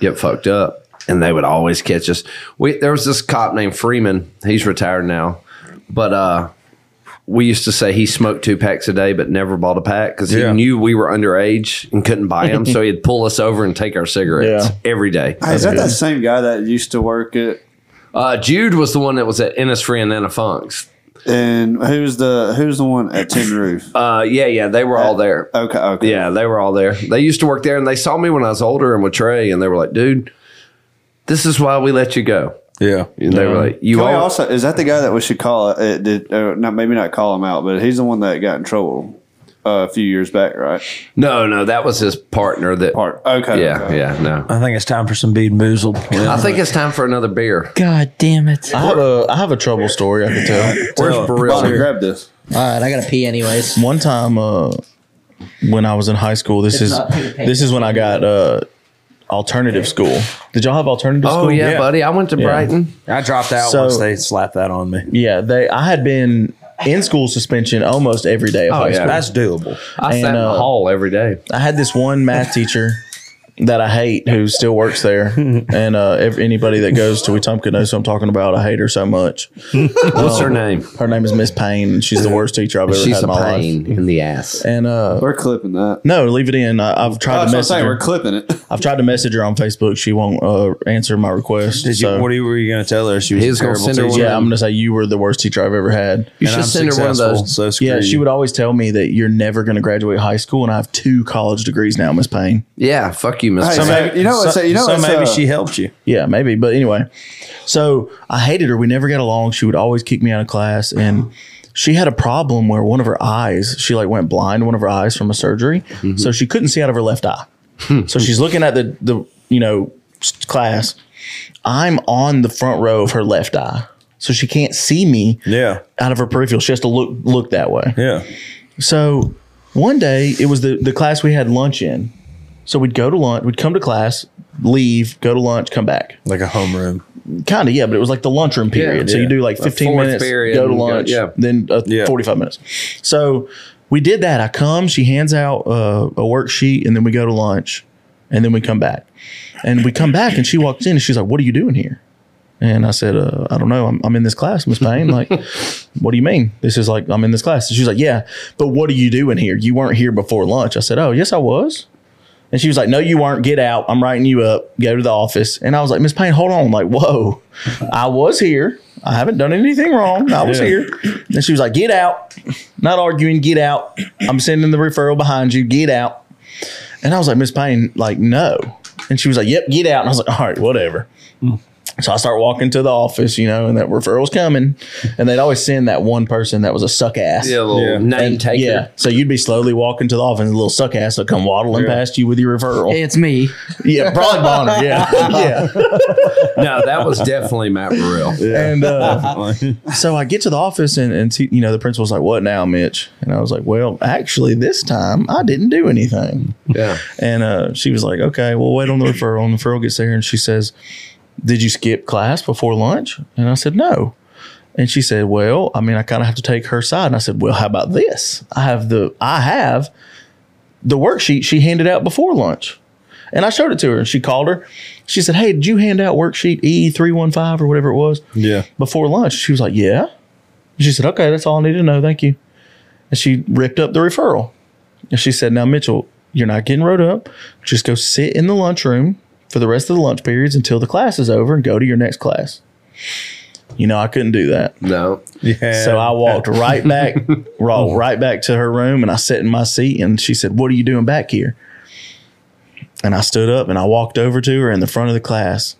get fucked up, and they would always catch us. We there was this cop named Freeman. He's retired now, but uh, we used to say he smoked two packs a day, but never bought a pack because Yeah. he knew we were underage and couldn't buy them. so he'd pull us over and take our cigarettes Yeah. every day. Hey, is that that same guy that used to work at? Uh, Jude was the one that was at Innisfree and Anna Funk's. And who's the who's the one at Tin Roof? Uh, yeah, yeah, they were all there. Okay, okay. Yeah, they were all there. They used to work there, and they saw me when I was older and with Trey, and they were like, "Dude, this is why we let you go." Yeah. And they were like, "You Can we all." also is that the guy that we should call it? it did, or not maybe not call him out, but he's the one that got in trouble uh, a few years back, right? no, no, that was his partner. That Part okay. Yeah, okay. yeah, no. I think it's time for some bead moozled. I think it's time for another beer. God damn it! I All have a I have a trouble story I can tell. Where's Bonnie, Barilla? grab this. right, I gotta pee anyways. One time uh when I was in high school, this is not Peter Pan. this is when I got uh alternative school. Did y'all have alternative Oh school? yeah, Yeah. buddy. I went to Brighton. I dropped out So- once they slapped that on me. Yeah, they. I had been in school suspension almost every day of high Oh, yeah. school. That's doable. I sat And, in the uh, hall every day. I had this one math teacher that I hate who still works there, and uh, ev anybody that goes to Wetumpka knows who I'm talking about. I hate her so much. What's her name? Her name is Miss Payne, and she's the worst teacher I've ever She's had a in my life. pain in the ass. And uh, We're clipping that. no, leave it in. I, I've tried That's to what I'm message saying. her. We're clipping it. I've tried to message her on Facebook. She won't uh, answer my request. Did you? so, what are you- were you going to tell her? She was, He a was gonna terrible send her teacher. one- yeah, I'm gonna say you were the worst teacher I've ever had. You And should I'm send her one of successful, those. So screw Yeah, she you. would always tell me that you're never going to graduate high school, and I have two college degrees now, Miss Payne. Yeah, fuck you, Miss. Hey, Payne. so maybe- you know what? So, So, you know so what's, maybe uh, she helped you. Yeah, maybe. But anyway, so I hated her. We never got along. She would always kick me out of class, and she had a problem where one of her eyes, she like went blind, one of her eyes from a surgery, so she couldn't see out of her left eye. so she's looking at the the you know s- class. I'm on the front row of her left eye, so she can't see me Yeah. out of her peripheral. She has to look look that way. Yeah. So one day it was the, the class we had lunch in. So we'd go to lunch, we'd come to class, leave, go to lunch, come back. Like a homeroom. Kind of, yeah, but it was like the lunchroom period. So yeah. you do like 15 fourth minutes, period go to and go- lunch, yeah. then uh, Yeah. 45 minutes. So we did that. I come, she hands out uh, a worksheet, and then we go to lunch, and then we come back. And we come back, and she walks in, and she's like, What are you doing here? And I said, uh, I don't know. I'm, I'm in this class, Miss Payne. Like, what do you mean? This is like, I'm in this class. And she was like, Yeah, but what are you doing here? You weren't here before lunch. I said, Oh, yes, I was. And she was like, No, you weren't. Get out. I'm writing you up. Go to the office. And I was like, Miss Payne, hold on. Like, whoa, I was here. I haven't done anything wrong. I was Yeah. here. And she was like, Get out. Not arguing. Get out. I'm sending the referral behind you. Get out. And I was like, Miss Payne, like, no. And she was like, Yep, get out. And I was like, All right, whatever. So I start walking to the office, you know, and that referral's coming. And they'd always send that one person that was a suck ass. Yeah, little Yeah. name And- taker. yeah. So you'd be slowly walking to the office, and the little suck ass would come waddling past you with your referral. It's me. yeah, probably Bonner. Yeah. yeah. No, that was definitely Matt Burrell. And uh, Definitely. so I get to the office, and, and see- you know, the principal's like, What now, Mitch? And I was like, Well, actually, this time I didn't do anything. Yeah. And uh, she was like, okay, we'll wait on the referral. And the referral gets there and she says, Did you skip class before lunch? And I said, No. And she said, Well, I mean, I kind of have to take her side. And I said, Well, how about this? I have the I have the worksheet she handed out before lunch. And I showed it to her and she called her. She said, Hey, did you hand out worksheet E E315 or whatever it was yeah. before lunch? She was like, Yeah. She said, Okay, that's all I need to know. Thank you. And she ripped up the referral. And she said, Now, Mitchell, you're not getting wrote up. Just go sit in the lunchroom for the rest of the lunch periods until the class is over and go to your next class. You know, I couldn't do that. No. Yeah. So I walked right back, raw, right back to her room, and I sat in my seat. And she said, "What are you doing back here?" And I stood up and I walked over to her in the front of the class,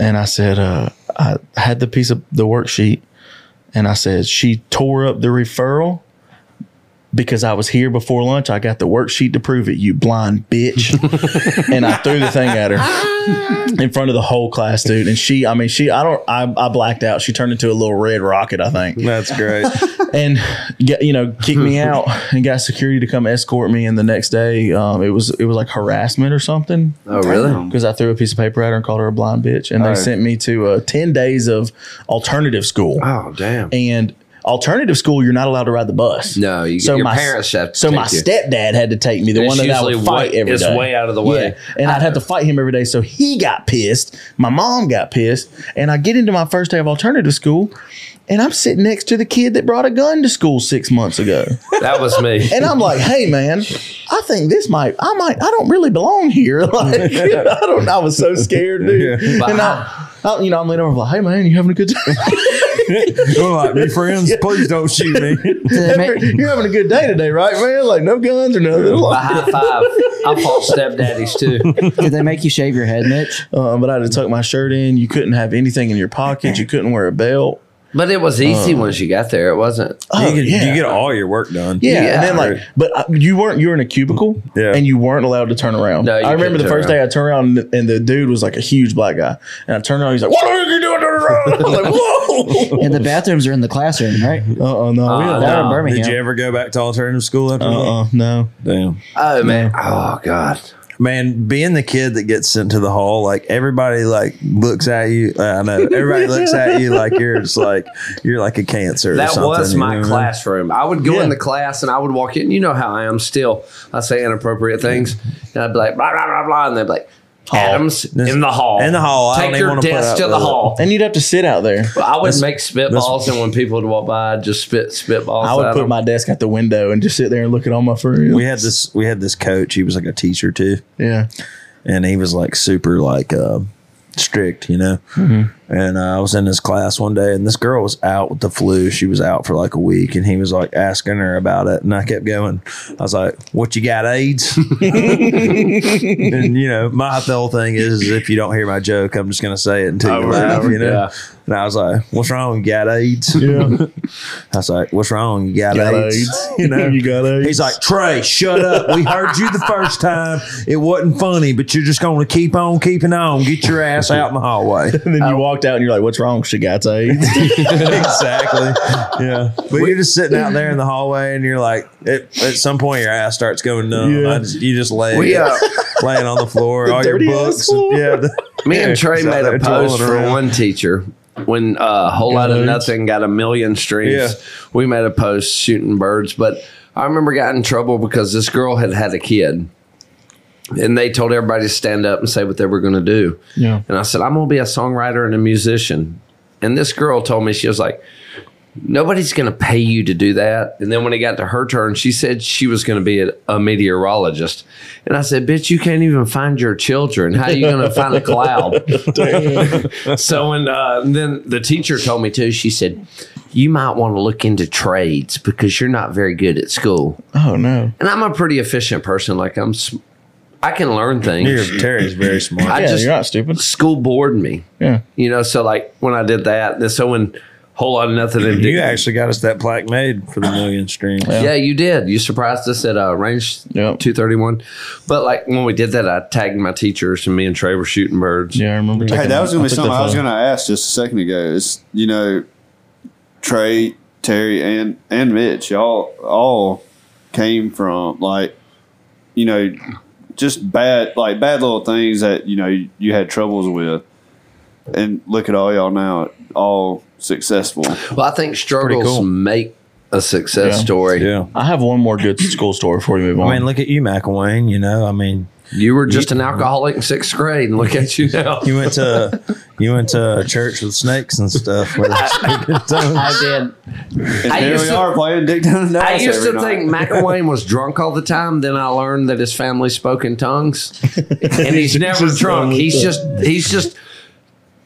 and I said, uh, "I had the piece of the worksheet," and I said, "She tore up the referral." Because I was here before lunch, I got the worksheet to prove it, you blind bitch. and I threw the thing at her in front of the whole class, dude. And she, I mean, she, I don't, I, I blacked out. She turned into a little red rocket, I think That's great. and get, you know kicked me out and got security to come escort me and the next day um, it was it was like harassment or something Oh, really? because i threw a piece of paper at her and called her a blind bitch and they sent me to uh, 10 days of alternative school Oh, damn. and alternative school you're not allowed to ride the bus No, you- your parents have to so take my you. stepdad had to take me the It's one that i would usually fight way- every day it's way out of the way. and i'd have to fight him every day so he got pissed my mom got pissed and i get into my first day of alternative school and i'm sitting next to the kid that brought a gun to school six months ago That was me. and i'm like hey man i think this might i might i don't really belong here like i don't i was so scared dude But and I- I, I you know i'm leaning over like hey man you having a good time We're like, be friends. Please don't shoot me. To make- You're having a good day today, right, man? Like no guns or nothing. A high five. I fought stepdaddies too. Did they make you shave your head, Mitch? Um, but I had to tuck my shirt in. You couldn't have anything in your pocket. You couldn't wear a belt. But it was easy Oh. once you got there. It wasn't. Oh, you, get, yeah. you get all your work done. yeah. and then like, but I, you weren't. You were in a cubicle, Yeah. and you weren't allowed to turn around. No, you I remember couldn't the turn first day I turned around, and the, and the dude was like a huge black guy, and I turned around. He's like, "What are you doing?" Turn around. I was like, "Whoa!" And the bathrooms are in the classroom, right? Uh-uh, no, we Uh, had- They're in no. Birmingham. Did you ever go back to alternative school after uh-uh, no. that? Damn. Oh, man. Oh, God. man, being the kid that gets sent to the hall, like everybody like looks at you. uh, I know everybody looks at you like you're just like you're like a cancer. or That something, was you my know what I mean? classroom. I would go Yeah. in the class and I would walk in. You know how I am still. I say inappropriate things. And I'd be like, blah, blah, blah, blah. And they'd be like, Adams in the hall. In the hall. I Take don't even your wanna put desk up to the with it. hall. And you'd have to sit out there. But I would That's- make spitballs, and when people would walk by, I'd just spit spitballs. I would at put them. my desk out the window and just sit there and look at all my friends. We had this. We had this coach. He was like a teacher too. yeah. and he was like super like uh, strict, you know. Mm-hmm. And uh, I was in his class one day, and this girl was out with the flu. She was out for like a week, and he was like asking her about it, and I kept going. I was like, "What you got, AIDS?" and you know, my whole thing is, is if you don't hear my joke, I'm just gonna say it until you Over and laugh, over, you know. yeah. And I was like, "What's wrong? You got AIDS?" Yeah. I was like, "What's wrong? You got, Got AIDS. AIDS. You know, You got AIDS. He's like, "Trey, shut up. We heard you the first time. It wasn't funny, but you're just going to keep on keeping on. Get your ass out in the hallway." And then "Oh." you walked out and you're like, what's wrong? She got AIDS. exactly. Yeah, but you're just sitting out there in the hallway, and you're like, at, at some point, your ass starts going numb. Yeah. I just, you just lay, We, uh, laying on the floor, all your dirty ass books, and, floor. yeah, the- Me and Trey He's out made there a post twirling for around. one teacher when uh, a whole lot of Birds. nothing got a million streams. Yeah. We made a post shooting birds, but I remember got in trouble because this girl had had a kid, and they told everybody to stand up and say what they were going to do. Yeah. And I said, I'm going to be a songwriter and a musician. And this girl told me, she was like, nobody's going to pay you to do that. And then when it got to her turn, she said she was going to be a, a meteorologist. And I said, bitch, you can't even find your children. How are you going to find a cloud? so when, uh, and then the teacher told me too, she said, you might want to look into trades because you're not very good at school. oh, no. And I'm a pretty efficient person. Like I'm, s- I can learn things. You're- Terry's very smart. I yeah, just- you're not stupid. School bored me. Yeah. You know, so like when I did that, and so when whole lot of nothing and you actually got us that plaque made for the million streams. yeah, you did. You surprised us at uh, range Yep. two thirty one. But like when we did that, I tagged my teachers and me and Trey were shooting birds. Yeah, I remember. Hey, taking that was gonna I be took something that I was photo. gonna ask just a second ago. Is you know, Trey, Terry, and and Mitch, y'all all came from like, you know, just bad like bad little things that you know you, you had troubles with, and look at all y'all now, all successful. Well, I think struggles cool. make a success Yeah. story. Yeah, I have one more good school story before we move on. I mean, look at you, McElwain. You know, I mean, You were just an alcoholic in sixth grade, and look at you now. You went to you went to church with snakes and stuff. With I did. And I here used we to- are playing Dick Down the I Dice used to every night. think McElwain was drunk all the time. Then I learned that his family spoke in tongues, and he's never drunk. He's just he's just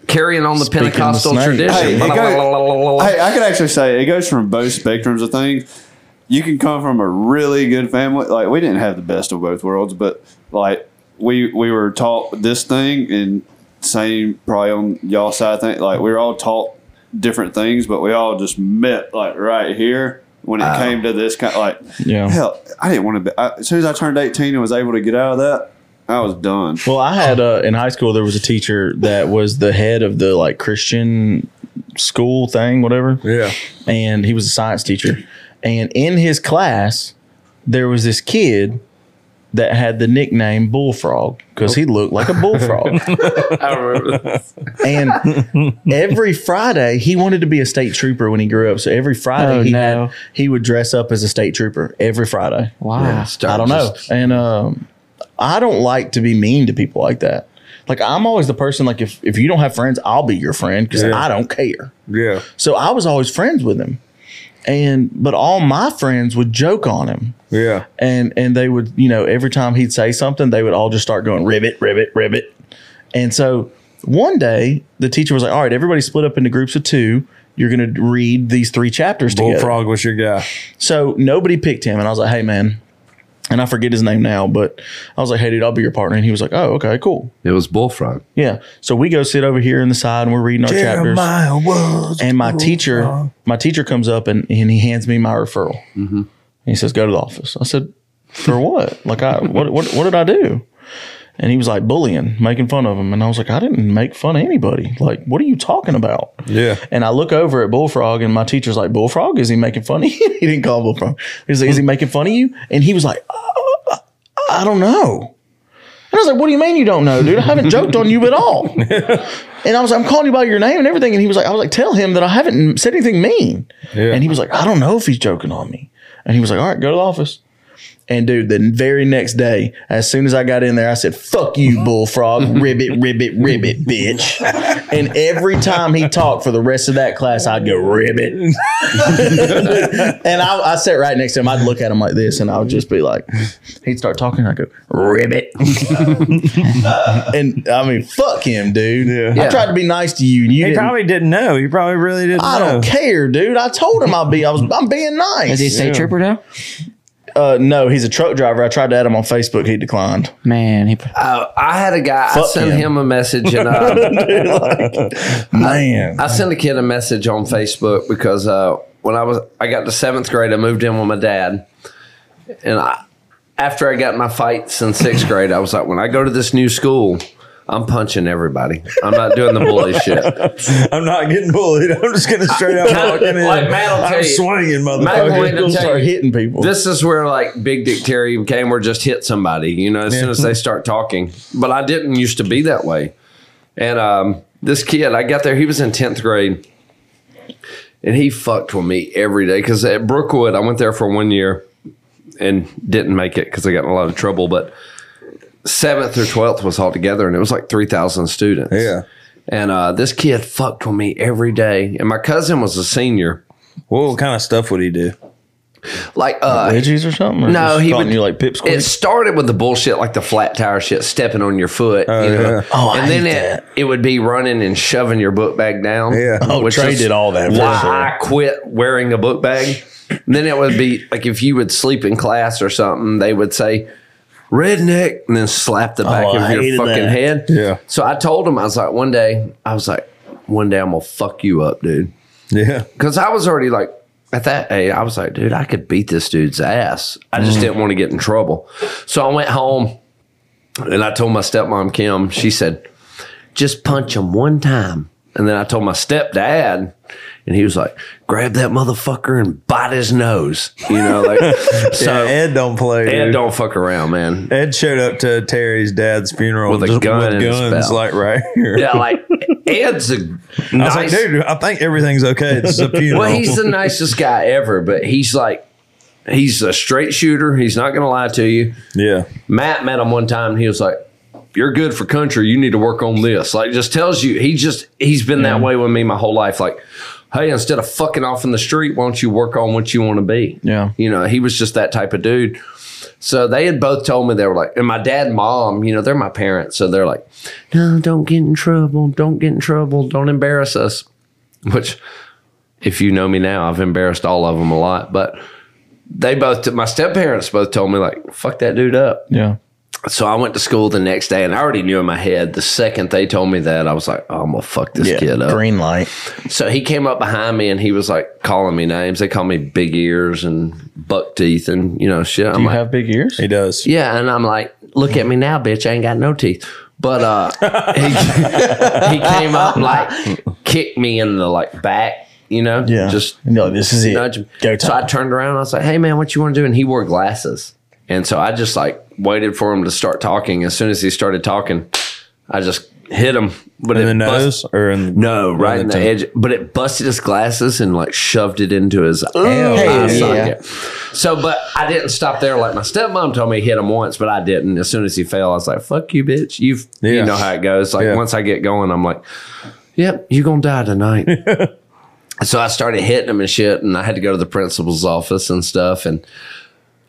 carrying on the Speaking of Pentecostal snakes. tradition. Hey, it Blah, blah, goes- blah, blah, blah, blah. I, I could actually say it goes from both spectrums of things. You can come from a really good family. Like we didn't have the best of both worlds, but like we we were taught this thing and same probably on y'all side thing. Like we were all taught different things, but we all just met like right here when it Ah. came to this kind. Like yeah. hell, I didn't want to be. I, as soon as I turned eighteen and was able to get out of that, I was done. Well, I had uh, in high school there was a teacher that was the head of the like Christian school thing, whatever. yeah, and he was a science teacher. And in his class, there was this kid that had the nickname Bullfrog because he looked like a bullfrog. I remember that. and every Friday, he wanted to be a state trooper when he grew up. So every Friday, Oh, he, no. had, he would dress up as a state trooper every Friday. Wow. I don't know. And um, I don't like to be mean to people like that. Like I'm always the person. Like if if you don't have friends, I'll be your friend because Yeah. I don't care. yeah. So I was always friends with him. And but all my friends would joke on him. Yeah. And and they would, you know, every time he'd say something, they would all just start going ribbit, ribbit, ribbit. And so one day the teacher was like, All right, everybody split up into groups of two. You're gonna read these three chapters together. Bullfrog was your guy. So nobody picked him, and I was like, "Hey, man," and I forget his name now, but I was like, "Hey, dude, I'll be your partner," and he was like, "Oh, okay, cool, It was bullfrog. yeah." So we go sit over here in the side, and we're reading our chapters. was. And my teacher, my teacher comes up and, and he hands me my referral. He says, "Go to the office." I said, "For what? Like I what what what did I do?" And he was like bullying, making fun of him, and I was like, "I didn't make fun of anybody. Like, what are you talking about?" Yeah. And I look over at Bullfrog, and my teacher's like, "Bullfrog, is he making fun of you?" he didn't call Bullfrog. He's like, "Is he making fun of you?" And he was like, "Uh, "I don't know." I was like, what do you mean you don't know, dude? I haven't joked on you at all. And I was like, I'm calling you by your name and everything. And he was like, I was like, tell him that I haven't said anything mean. Yeah. And he was like, I don't know if he's joking on me. And he was like, all right, go to the office. And dude, the very next day, as soon as I got in there, I said, fuck you, bullfrog, ribbit, ribbit, ribbit, bitch. And every time he talked for the rest of that class, I'd go, ribbit. and I, I sat right next to him. I'd look at him like this and I would just be like, he'd start talking. I'd go, ribbit. and I mean, fuck him, dude. I tried to be nice to you and you He didn't. probably didn't know. He probably really didn't I know. don't care, dude. I told him I'll be. I was. I'm being Does he nice. say trooper though? Uh, no, he's a truck driver. I tried to add him on Facebook. He declined. Man, he, Uh, I had a guy. I Fuck sent him. him. a message, and uh, Man, I sent a kid a message on Facebook because uh, when I was I got to seventh grade, I moved in with my dad, and I after I got in my fights in sixth grade, I was like, when I go to this new school. I'm punching everybody. I'm not doing the bully shit. I'm not getting bullied. I'm just gonna straight up Matt- walking in. like, Matt'll tell I'm you. swinging, Matt will motherfucker. end up people start telling you, hitting people. This is where like Big Dick Terry became, or just hit somebody, you know, as soon as they start talking. But I didn't used to be that way. And um, this kid, I got there, he was in 10th grade, and he fucked with me every day. Because at Brookwood, I went there for one year and didn't make it because I got in a lot of trouble. But seventh or 12th was all together, and it was like 3,000 students. Yeah. And uh, this kid fucked with me every day. And my cousin was a senior. What kind of stuff would he do? Like, uh, wedgies or something. Or No, just he calling would- you like It pipsqueak. started with the bullshit like the flat tire shit, stepping on your foot. you know? yeah. Oh, I and then hate it, it would be running and shoving your book bag down. Yeah. Oh, Trey is did all that for Why sure. I quit wearing a book bag. And then it would be like if you would sleep in class or something, they would say redneck and then slap the back Oh, I of your hated fucking that. head. Yeah. So I told him I was like, one day I was like, one day I'm gonna fuck you up, dude Yeah. because I was already like at that age, I was like, dude, I could beat this dude's ass. I Mm. just didn't want to get in trouble. So I went home and I told my stepmom Kim, she said, just punch him one time. And then I told my stepdad, and he was like, grab that motherfucker and bite his nose. You know, like so Yeah, Ed don't play. Ed dude. don't fuck around, man. Ed showed up to Terry's dad's funeral With a just gun in his guns, belt. like right here. Yeah, like Ed's a nice I was like, dude, I think everything's okay. This is a funeral. Well, he's the nicest guy ever, but he's like, he's a straight shooter. He's not going to lie to you. yeah, Matt met him one time and he was like, You're good for country. You need to work on this. Like, just tells you, he just, he's been that way with me my whole life. Like, hey, instead of fucking off in the street, why don't you work on what you want to be? Yeah. You know, he was just that type of dude. So they had both told me they were like, and my dad and mom, you know, they're my parents. So they're like, no, don't get in trouble. Don't get in trouble. Don't embarrass us. Which, if you know me now, I've embarrassed all of them a lot. But they both, my step parents both told me, like, fuck that dude up. Yeah. So I went to school the next day and I already knew in my head the second they told me that, I was like, oh, I'm going to fuck this Yeah. kid up. Green light. So he came up behind me and he was like calling me names. They call me big ears and buck teeth and, you know, shit. Do I'm you like, have big ears? he does. yeah, and I'm like, look at me now, bitch. I ain't got no teeth. But uh, he, he came up and, like kicked me in the like back, you know. Yeah. just no. This is it. nudge me. Go So I time. turned around. I was like, hey man, what you want to do? And he wore glasses, and so I just like waited for him to start talking. As soon as he started talking, I just hit him. But In it the bust- nose or in no, right the in the tongue. edge, but it busted his glasses and like shoved it into his Hell eye yeah. socket. So, but I didn't stop there. Like my stepmom told me, hit him once, but I didn't. As soon as he fell, I was like, "Fuck you, bitch! You've Yeah. you know how it goes." Like Yeah. once I get going, I'm like, "Yep, you're gonna die tonight." so I started hitting him and shit, and I had to go to the principal's office and stuff. And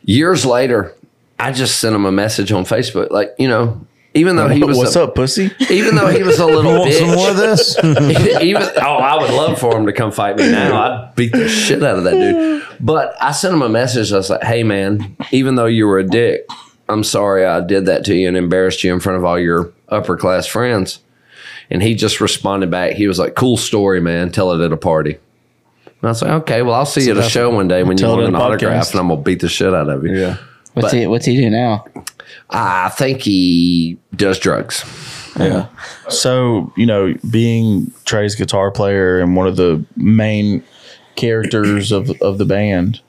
years later, I just sent him a message on Facebook, like you know. Even though he was What's a, up, pussy? Even though he was a little Want some bitch, more of this? even oh, I would love for him to come fight me now. I'd beat the shit out of that dude. But I sent him a message. I was like, "Hey, man, even though you were a dick, I'm sorry I did that to you and embarrassed you in front of all your upper class friends." And he just responded back. He was like, "Cool story, man. Tell it at a party." And I was like, "Okay, well, I'll see you at a show one day when you Tell it at want an a podcast. autograph, and I'm gonna beat the shit out of you." yeah, what's But- he? What's he do now? I think he does drugs. yeah. So, you know, being Trey's guitar player and one of the main characters of, of the band,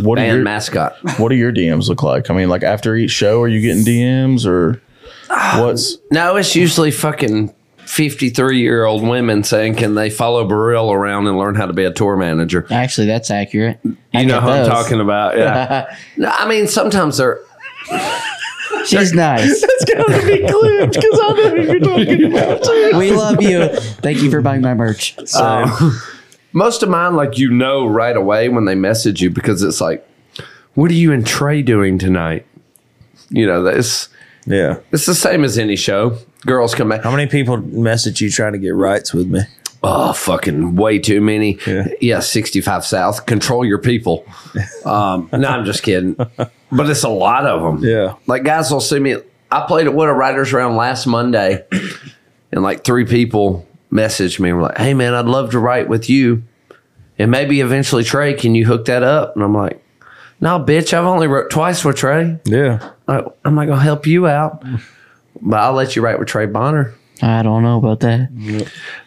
what do Band your, mascot. what do your DMs look like? I mean, like after each show, are you getting DMs or Ah. What's No, it's usually fucking 53 year old women saying, can they follow Burrell around and learn how to be a tour manager? Actually, that's accurate. You know who I'm talking about. Yeah. no, I mean, sometimes they're. She's nice. gonna be clipped because I know you're talking about. we love you. Thank you for buying my merch. So, Um, Most of mine, like, you know right away when they message you because it's like, what are you and Trey doing tonight? You know, it's, Yeah. it's the same as any show. Girls come back. How many people message you trying to get rights with me? Oh, fucking way too many. Yeah, 65 South. Control your people. Um, no, I'm just kidding. But it's a lot of them. Yeah. Like, guys will see me. I played at What a Writers Round last Monday, and like three people messaged me and were like, hey, man, I'd love to write with you. And maybe eventually, Trey, can you hook that up? And I'm like, no, bitch, I've only wrote twice with Trey. Yeah. I- I'm not going to help you out, but I'll let you write with Trey Bonner. I don't know about that.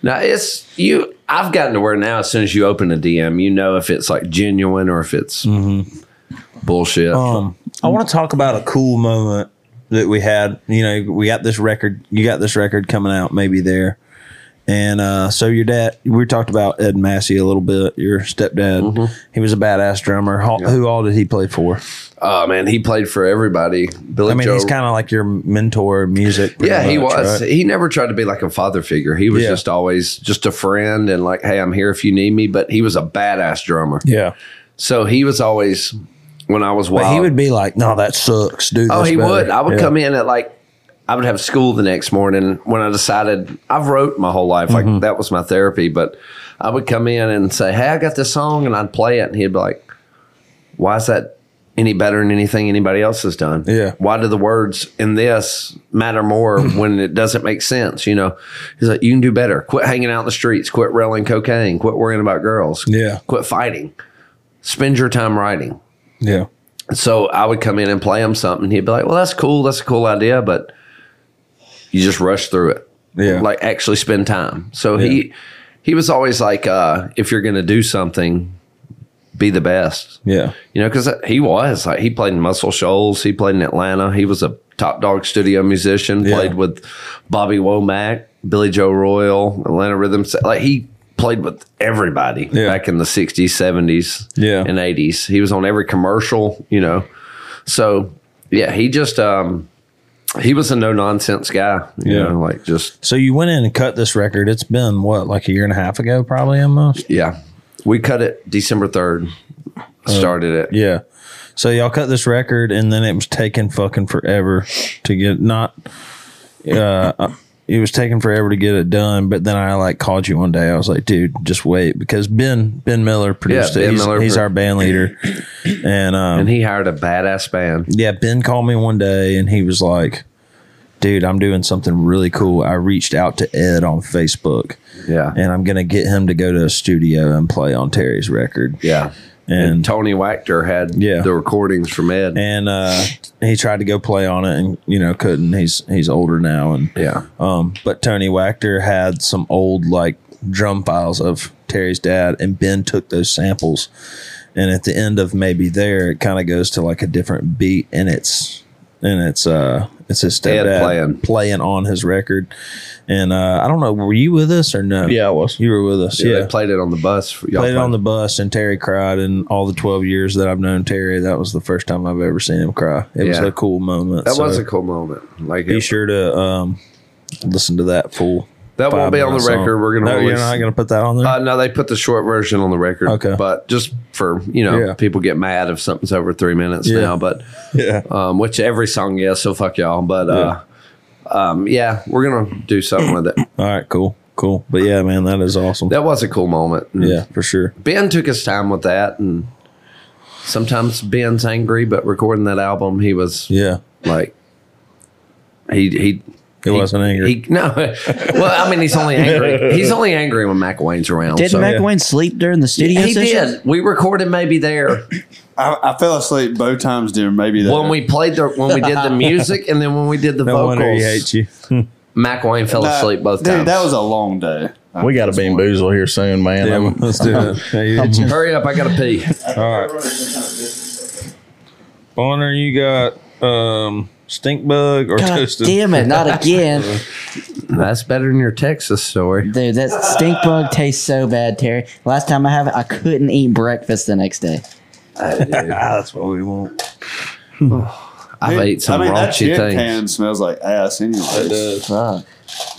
Now it's you. I've gotten to where now, as soon as you open a DM, you know if it's like genuine or if it's bullshit. Mm-hmm. Um, I want to talk about a cool moment that we had. You know, we got this record. You got this record coming out, maybe there. And uh, so your dad, we talked about Ed Massey a little bit. Your stepdad, Mm-hmm. he was a badass drummer. Ho- Who all did he play for? oh man, he played for everybody. Billy I mean, Joe. he's kind of like your mentor, in music. pretty yeah, he much, was. right? He never tried to be like a father figure. He was Yeah. just always just a friend and like, hey, I'm here if you need me. But he was a badass drummer. Yeah, So he was always when I was but wild. he would be like, "No, that sucks, dude." Oh, this he better." would. I would Yeah. come in at like I would have school the next morning when I decided I've wrote my whole life. Mm-hmm. Like that was my therapy. But I would come in and say, Hey, I got this song and I'd play it and he'd be like, Why is that any better than anything anybody else has done? Yeah. Mm-hmm. Why do the words in this matter more when it doesn't make sense? You know? He's like, You can do better. Quit hanging out in the streets, quit railing cocaine, quit worrying about girls. Yeah. Quit fighting. Spend your time writing. Yeah, So I would come in and play him something. He'd be like, "Well, that's cool. That's a cool idea, but you just rush through it. Yeah. like actually spend time." So he he was always like, uh, "If you're going to do something, be the best." yeah, You know, because he was like he played in Muscle Shoals. He played in Atlanta. He was a top dog studio musician. Yeah. Played with Bobby Womack, Billy Joe Royal, Atlanta Rhythm. Se- Like he played with everybody Yeah. back in the '60s, '70s, Yeah. and '80s. He was on every commercial. You know, so yeah, he just um he was a no nonsense guy. You Yeah. know, like just So you went in and cut this record. It's been what, like a year and a half ago, probably almost. yeah. We cut it December third. Started it. Oh. Yeah. So y'all cut this record, and then it was taking fucking forever to get not. Uh, it was taking forever to get it done, but then I like called you one day. I was like, "Dude, just wait," because Ben Ben Miller produced Ben it. He's, Miller he's pro- our band leader, and um, And he hired a badass band. yeah, Ben called me one day and he was like, dude, I'm doing something really cool. I reached out to Ed on Facebook Yeah. and I'm going to get him to go to a studio and play on Terry's record. Yeah. And, and, and, Tony Wachter had Yeah. the recordings from Ed. uh, he tried to go play on it and, you know, couldn't. He's, he's older now. And, yeah, um, but Tony Wachter had some old, like, drum files of Terry's dad and Ben took those samples. And at the end of maybe there, it kind of goes to like a different beat and it's, and it's uh it's his Ed stepdad playing. playing on his record. And uh I don't know, were you with us or no? yeah, I was. You were with us. yeah, Yeah. They played it on the bus. For, y'all Played it on the bus and Terry cried and all the twelve years that I've known Terry, that was the first time I've ever seen him cry. It was Yeah. a cool moment. That so was a cool moment. Like be it- sure to um listen to that full that won't be on the five-minute record. song. We're gonna no, you're release- not gonna put that on there. Uh, no, they put the short version on the record. Okay. but just for you know, Yeah. people get mad if something's over three minutes Yeah. now. But yeah, um, which every song is, so fuck y'all. But uh, um, yeah, we're gonna do something with it. All right, cool, cool. But yeah, man, that is awesome. That was a cool moment. And yeah, for sure. Ben took his time with that, and sometimes Ben's angry, but recording that album, he was Yeah, like he he it wasn't angry. He, no, well, I mean, he's only angry. He's only angry when McElwain's around. did so- not McElwain sleep during the studio He session? did. We recorded maybe there I, I fell asleep both times during maybe that. when we played the when we did the music and then when we did the no wonder he hates vocals. you. McElwain fell Nah, asleep both dude, times. That was a long day. I We got a just wanted- bamboozle here soon, man. Yeah, I'm- let's do it. Hey, you- Hurry up! I gotta pee. All right, Bonner, you got um stink bug or God toasted. damn it, not again. That's better than your Texas story. Dude, that stink bug tastes so bad, Terry. Last time I have it, I couldn't eat breakfast the next day. Ah, that's what we want. I've ate some I mean, that raunchy shit things. can smells like ass anyway. Fuck.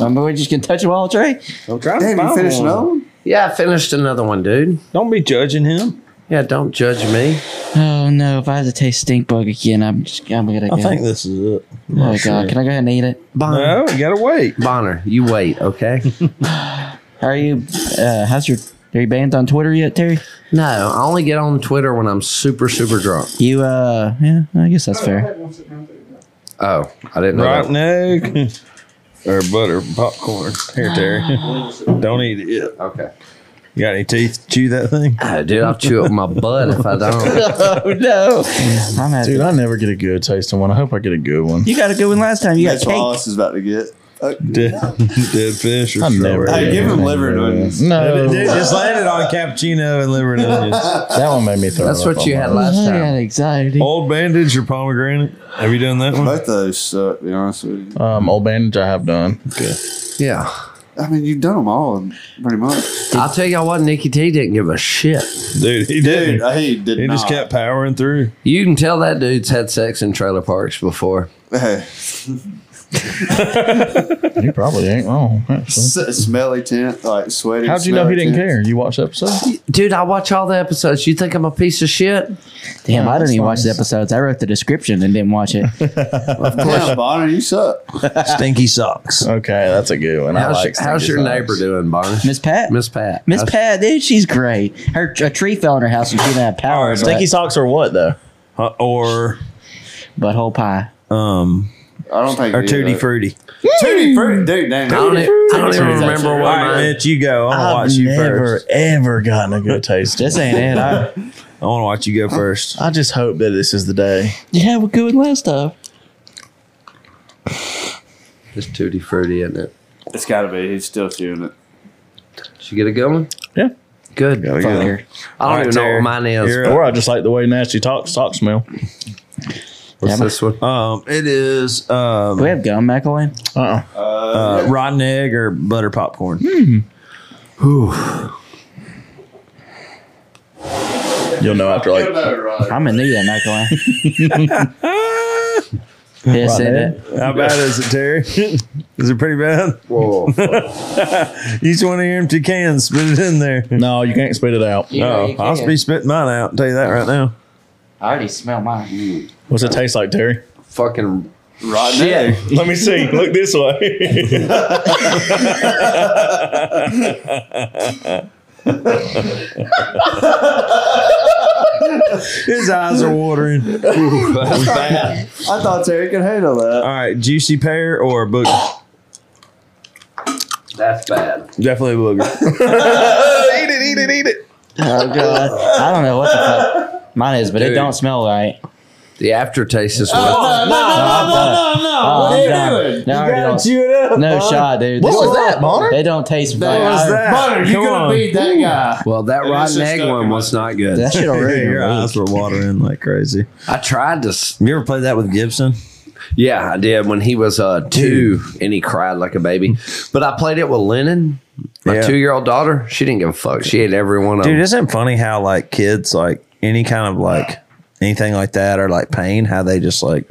Um, but we're just gonna touch them all, Trey. I'm trying Damn, to you find finished one. another one? Yeah, I finished another one, dude. Don't be judging him. Yeah, don't judge me. Oh no, if I had to taste stink bug again, I'm just I'm gonna go. I think this is it. oh god, can I go ahead and eat it? Bonner, No, you gotta wait. Bonner, you wait, okay? How are you? Uh, how's your? Are you banned on Twitter yet, Terry? no, I only get on Twitter when I'm super, super drunk. You uh, yeah, I guess that's fair. Oh, I didn't know. Right that. now. Or butter popcorn. Here, Terry. Don't eat it. Okay. You got any teeth? to Chew that thing. Ah, dude, I'll chew up my butt if I don't. oh no, I'm at Dude, I never get a good tasting one. I hope I get a good one. You got a good one last time. You got That's what cake. Wallace is about to get. Dead, dead fish or I never. strawberry. Hey, get give him anything liver and good. onions. No, Dude, just landed on cappuccino and liver and onions. that one made me throw. That's up what on you had mine. last I got time. anxiety. Old bandage or pomegranate? Have you done that one? Both those suck, to be honest with you. Um, old bandage I have done. Yeah. I mean, you've done them all pretty much. I'll tell y'all what, Nikki T didn't give a shit. Dude, he did. Dude, not he did He not. just kept powering through. You can tell that dude's had sex in trailer parks before. Hey, You probably ain't wrong. actually. s- smelly tent, like sweaty. How'd you know he smelly didn't tent. care? You watched the episode? Dude, I watch all the episodes. You think I'm a piece of shit? Damn, I didn't even watch the nice. episodes. I wrote the description and didn't watch it. Yeah, Bonner, you suck. Stinky socks. Okay, that's a good one. I How's, like how's Stinky your Socks. neighbor doing, Bonner? Miss Pat. Miss Pat. Miss How's- Pat, dude, she's great. Her a tree fell in her house and she didn't have power. but- Stinky socks or what though? Uh, or but whole pie. um, I don't think. or he tutti did. fruity. Tootie fruit, dude. Dang, I don't, e- I don't even remember All what right, mine. Mitch, you go. I want to watch I've you never first. ever gotten a good taste. This ain't it. I, e- I want to watch you go first. I just hope that this is the day. yeah, we're good last time. It's tutti frutti, isn't it? It's got to be. He's still chewing it. Did you get a good one? Yeah. Good. I don't Fucker. All right, even know Terry. what mine is. You're up. Or I just like the way nasty talk sock smell. What's Yeah, my- this one? Um, it is Do um, we have gum, McElwain? Uh uh uh, rotten egg or butter popcorn. You'll know after like I'm gonna need that, McElwain. Piss in it. How bad is it, Terry? is it pretty bad? Whoa. You just want to hear empty cans. Spit it in there. No, you can't spit it out. Oh, I'll be spitting mine out. I'll tell you that right now. I already smell mine. What's it taste like, Terry? Fucking. Rotten egg. Let me see. Look this way. His eyes are watering. All I thought Terry could handle that. right, juicy pear or booger? That's bad. Definitely booger. Oh god, I don't know what the fuck mine is, but it Dude. don't smell right. The aftertaste Oh, is what? No, no, no, no, no. Oh, I'm what are you done. doing? No, I already don't- Chew it up. no shot, dude. This what was is- that, Bonner? They don't taste right. What was I- that? Bonner, Come you're on. gonna be that guy. Well, that it's rotten just egg stuck in one my was not good. That shit already. Your eyes were watering like crazy. I tried to. s- You ever played that with Gibson? Yeah, I did when he was uh, two, and he cried like a baby. But I played it with Lennon, my Yeah. two-year-old daughter. She didn't give a fuck. She ate every one of Dude, them. isn't it funny how like kids like any kind of like anything like that or like pain, how they just like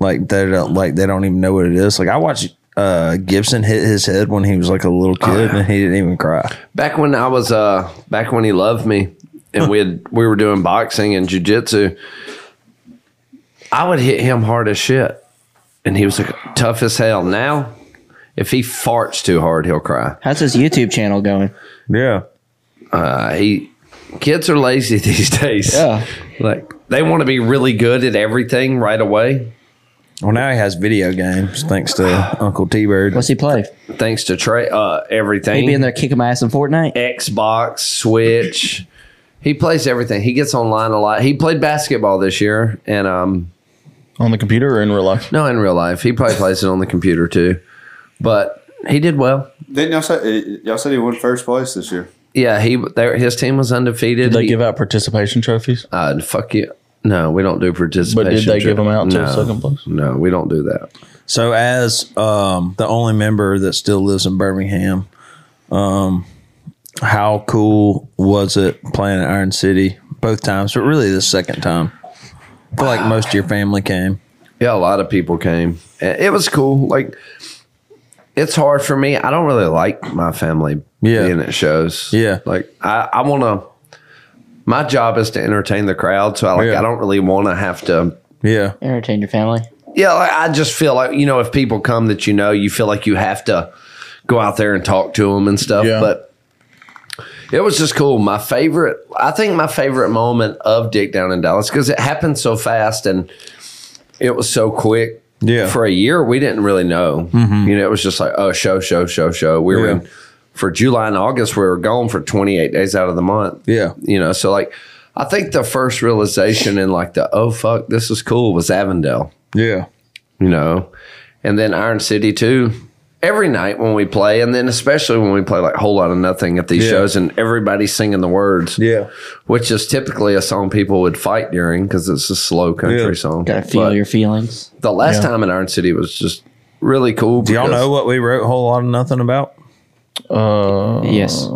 like they don't like they don't even know what it is. Like I watched uh Gibson hit his head when he was like a little kid and he didn't even cry. Back when I was, uh, back when he loved me, and we had we were doing boxing and jujitsu, I would hit him hard as shit, and he was like tough as hell. Now, if he farts too hard, he'll cry. How's his YouTube channel going? Yeah. Uh, he kids are lazy these days. Yeah. like they want to be really good at everything right away. Well now he has video games thanks to Uncle T Bird. What's he play? Thanks to Trey, uh, everything. He be in there kicking my ass in Fortnite. Xbox, Switch. he plays everything. He gets online a lot. He played basketball this year, and um, On the computer or in real life? no, in real life, he probably plays it on the computer too. But he did well. Didn't y'all say eh, y'all said he won first place this year? Yeah, he their, his team was undefeated. Did they He- give out participation trophies? uh, fuck you. No, we don't do participation. But did they give tri- them out to no, second place? No, we don't do that. So, as um, the only member that still lives in Birmingham, um, how cool was it playing at Iron City both times, but really the second time? I feel like most of your family came. Yeah, a lot of people came. It it was cool. Like, it's hard for me. I don't really like my family Yeah. being at shows. Yeah. like I, I want to. My job is to entertain the crowd, so I like Yeah. I don't really want to have to. Yeah. Entertain your family. Yeah, like, I just feel like you know if people come that you know, you feel like you have to go out there and talk to them and stuff. Yeah. But it was just cool. My favorite, I think, my favorite moment of Dick Down in Dallas because it happened so fast and it was so quick. Yeah. Mm-hmm. For a year, we didn't really know. You know, it was just like, oh, show, show, show, show. We were Yeah. in for July and August. We were gone for 28 days out of the month. Yeah. You know, so like, I think the first realization and like the, oh, fuck, this is cool was Avondale, Yeah. you know, and then Iron City too. Every night when we play, and then especially when we play like Whole Lot of Nothing at these Yeah. shows and everybody's singing the words, Yeah. which is typically a song people would fight during because it's a slow country Yeah. song. Gotta feel But- your feelings. the last time in Iron City was just really cool. Do y'all because- know what we wrote a whole lot of nothing about? Uh, Yes.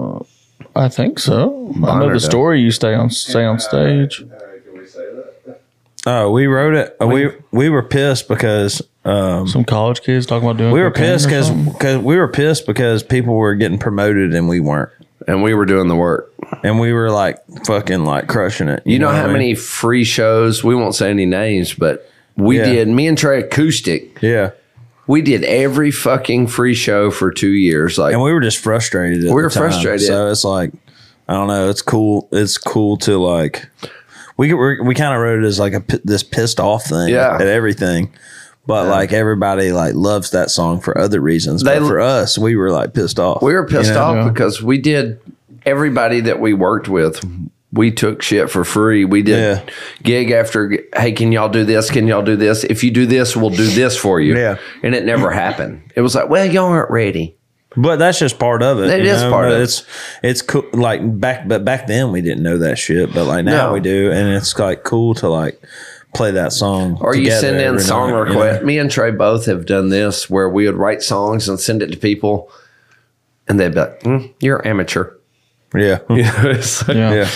I think so. I know Bonner the does. story you stay on stay on stage. Oh, we wrote it. We we were pissed because um, Some college kids talking about doing. we were cocaine pissed or because something. we were pissed because people were getting promoted and we weren't, And we were doing the work. and we were like fucking like crushing it. You know, what how I mean? many free shows? We won't say any names, but we Yeah. did. Me and Trey Acoustic, Yeah, we did every fucking free show for two years. Like, and we were just frustrated. At We the were time. frustrated. So it's like I don't know. It's cool. It's cool to like we get- we, we kind of wrote it as like a pi- this pissed off thing Yeah. at everything. But like everybody like loves that song for other reasons. They- but for us, we were like pissed off. we were pissed You know? off Yeah. because we did everybody that we worked with. We took shit for free. We did Yeah. gig after. g- Hey, can y'all do this? Can y'all do this? If you do this, we'll do this for you. Yeah. And it never happened. It was like, well, y'all aren't ready. But that's just part of it. It It is is part of it. It's it's cool. Like back, but back then we didn't know that shit. But like now No. we do, and it's like cool to like play that song. Or you together send in every song night, you know? requests. Me and Trey both have done this where we would write songs and send it to people, and they'd be like, mm, "You're amateur." Yeah. yeah, It's like, Yeah. yeah,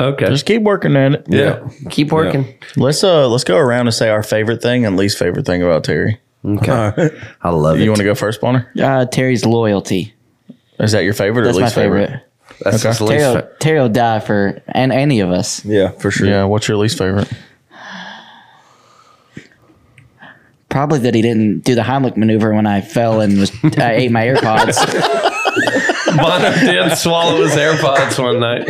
Okay. Just keep working at it. yeah. Keep working. Let's uh let's go around and say our favorite thing and least favorite thing about Terry. Okay. I love You it. want to go first, Bonner? Uh, Terry's loyalty. Is that your favorite That's or my least favorite? favorite. That's his least Terry, fa- will, Terry will die for and any of us. yeah, for sure. Yeah. What's your least favorite? Probably that he didn't do the Heimlich maneuver when I fell and was I ate my AirPods. Bono did swallow his AirPods one night.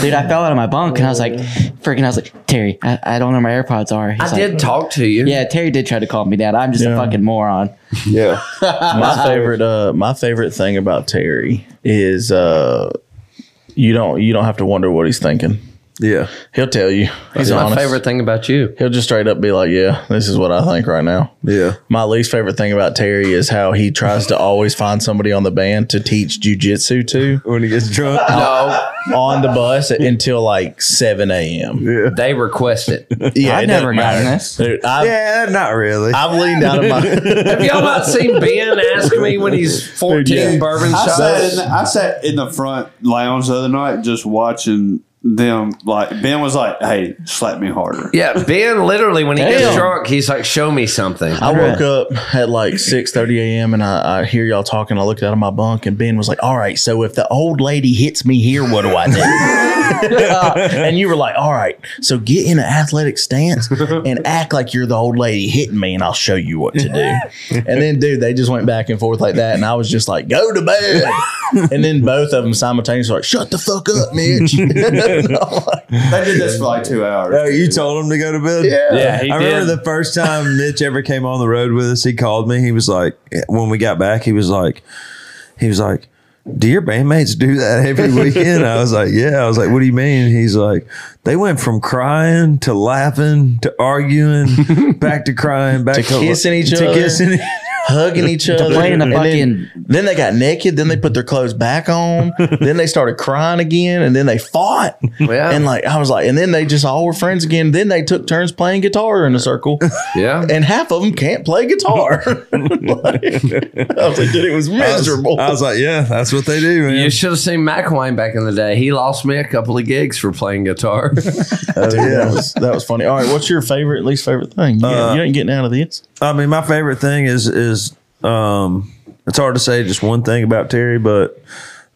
Dude, I fell out of my bunk and I was like, freaking, I was like, Terry, I, I don't know where my AirPods are. He's I like, did talk to you. Yeah, Terry did try to call me down. I'm just Yeah. a fucking moron. yeah. my favorite uh my favorite thing about Terry is uh you don't you don't have to wonder what he's thinking. yeah. He'll tell you. It's He's my honest. favorite thing about you. He'll just straight up be like, "Yeah, this is what I think right now." Yeah. My least favorite thing about Terry is how he tries to always find somebody on the band to teach jujitsu to When he gets drunk, No, on the bus until like seven a.m. they request it. Yeah, I've it doesn't never gotten matter. this. Dude, I've, yeah, not really. I've leaned out of my. Have y'all not seen Ben ask me when he's 14 yeah. bourbon I sat, in the, shots? I sat in the front lounge the other night just watching them. Like Ben was like, "Hey, slap me harder." Yeah, Ben literally, when he gets Damn. drunk, he's like, show me something. I woke up at like six thirty a.m. and I, I hear y'all talking. I looked out of my bunk and Ben was like, "All right, so if the old lady hits me here, what do I do?" and you were like, "All right, so get in an athletic stance and act like you're the old lady hitting me, and I'll show you what to do." And then, dude, they just went back and forth like that, and I was just like, "Go to bed." And then both of them simultaneously were like, "Shut the fuck up, Mitch." And I'm like, They did this for like two hours. Oh, you told him to go to bed. Yeah, he I remember did. the first time Mitch ever came on the road with us. He called me. He was like, when we got back, he was like, he was like, do your bandmates do that every weekend? I was like, yeah. I was like, what do you mean? He's like, they went from crying to laughing to arguing, back to crying, back to, kissing each to other. kissing. hugging each other. playing a and then, fucking- then they got naked. Then they put their clothes back on. then they started crying again. And then they fought. Yeah. And like I was like, and then they just all were friends again. Then they took turns playing guitar in a circle. Yeah. And half of them can't play guitar. Like, I was like, dude, it was miserable. I was like, yeah, that's what they do, man. You should have seen McWine back in the day. He lost me a couple of gigs for playing guitar. Dude, that was that was funny. All right, what's your favorite, least favorite thing? You, you ain't getting out of this. I mean, my favorite thing is is um, it's hard to say just one thing about Terry, but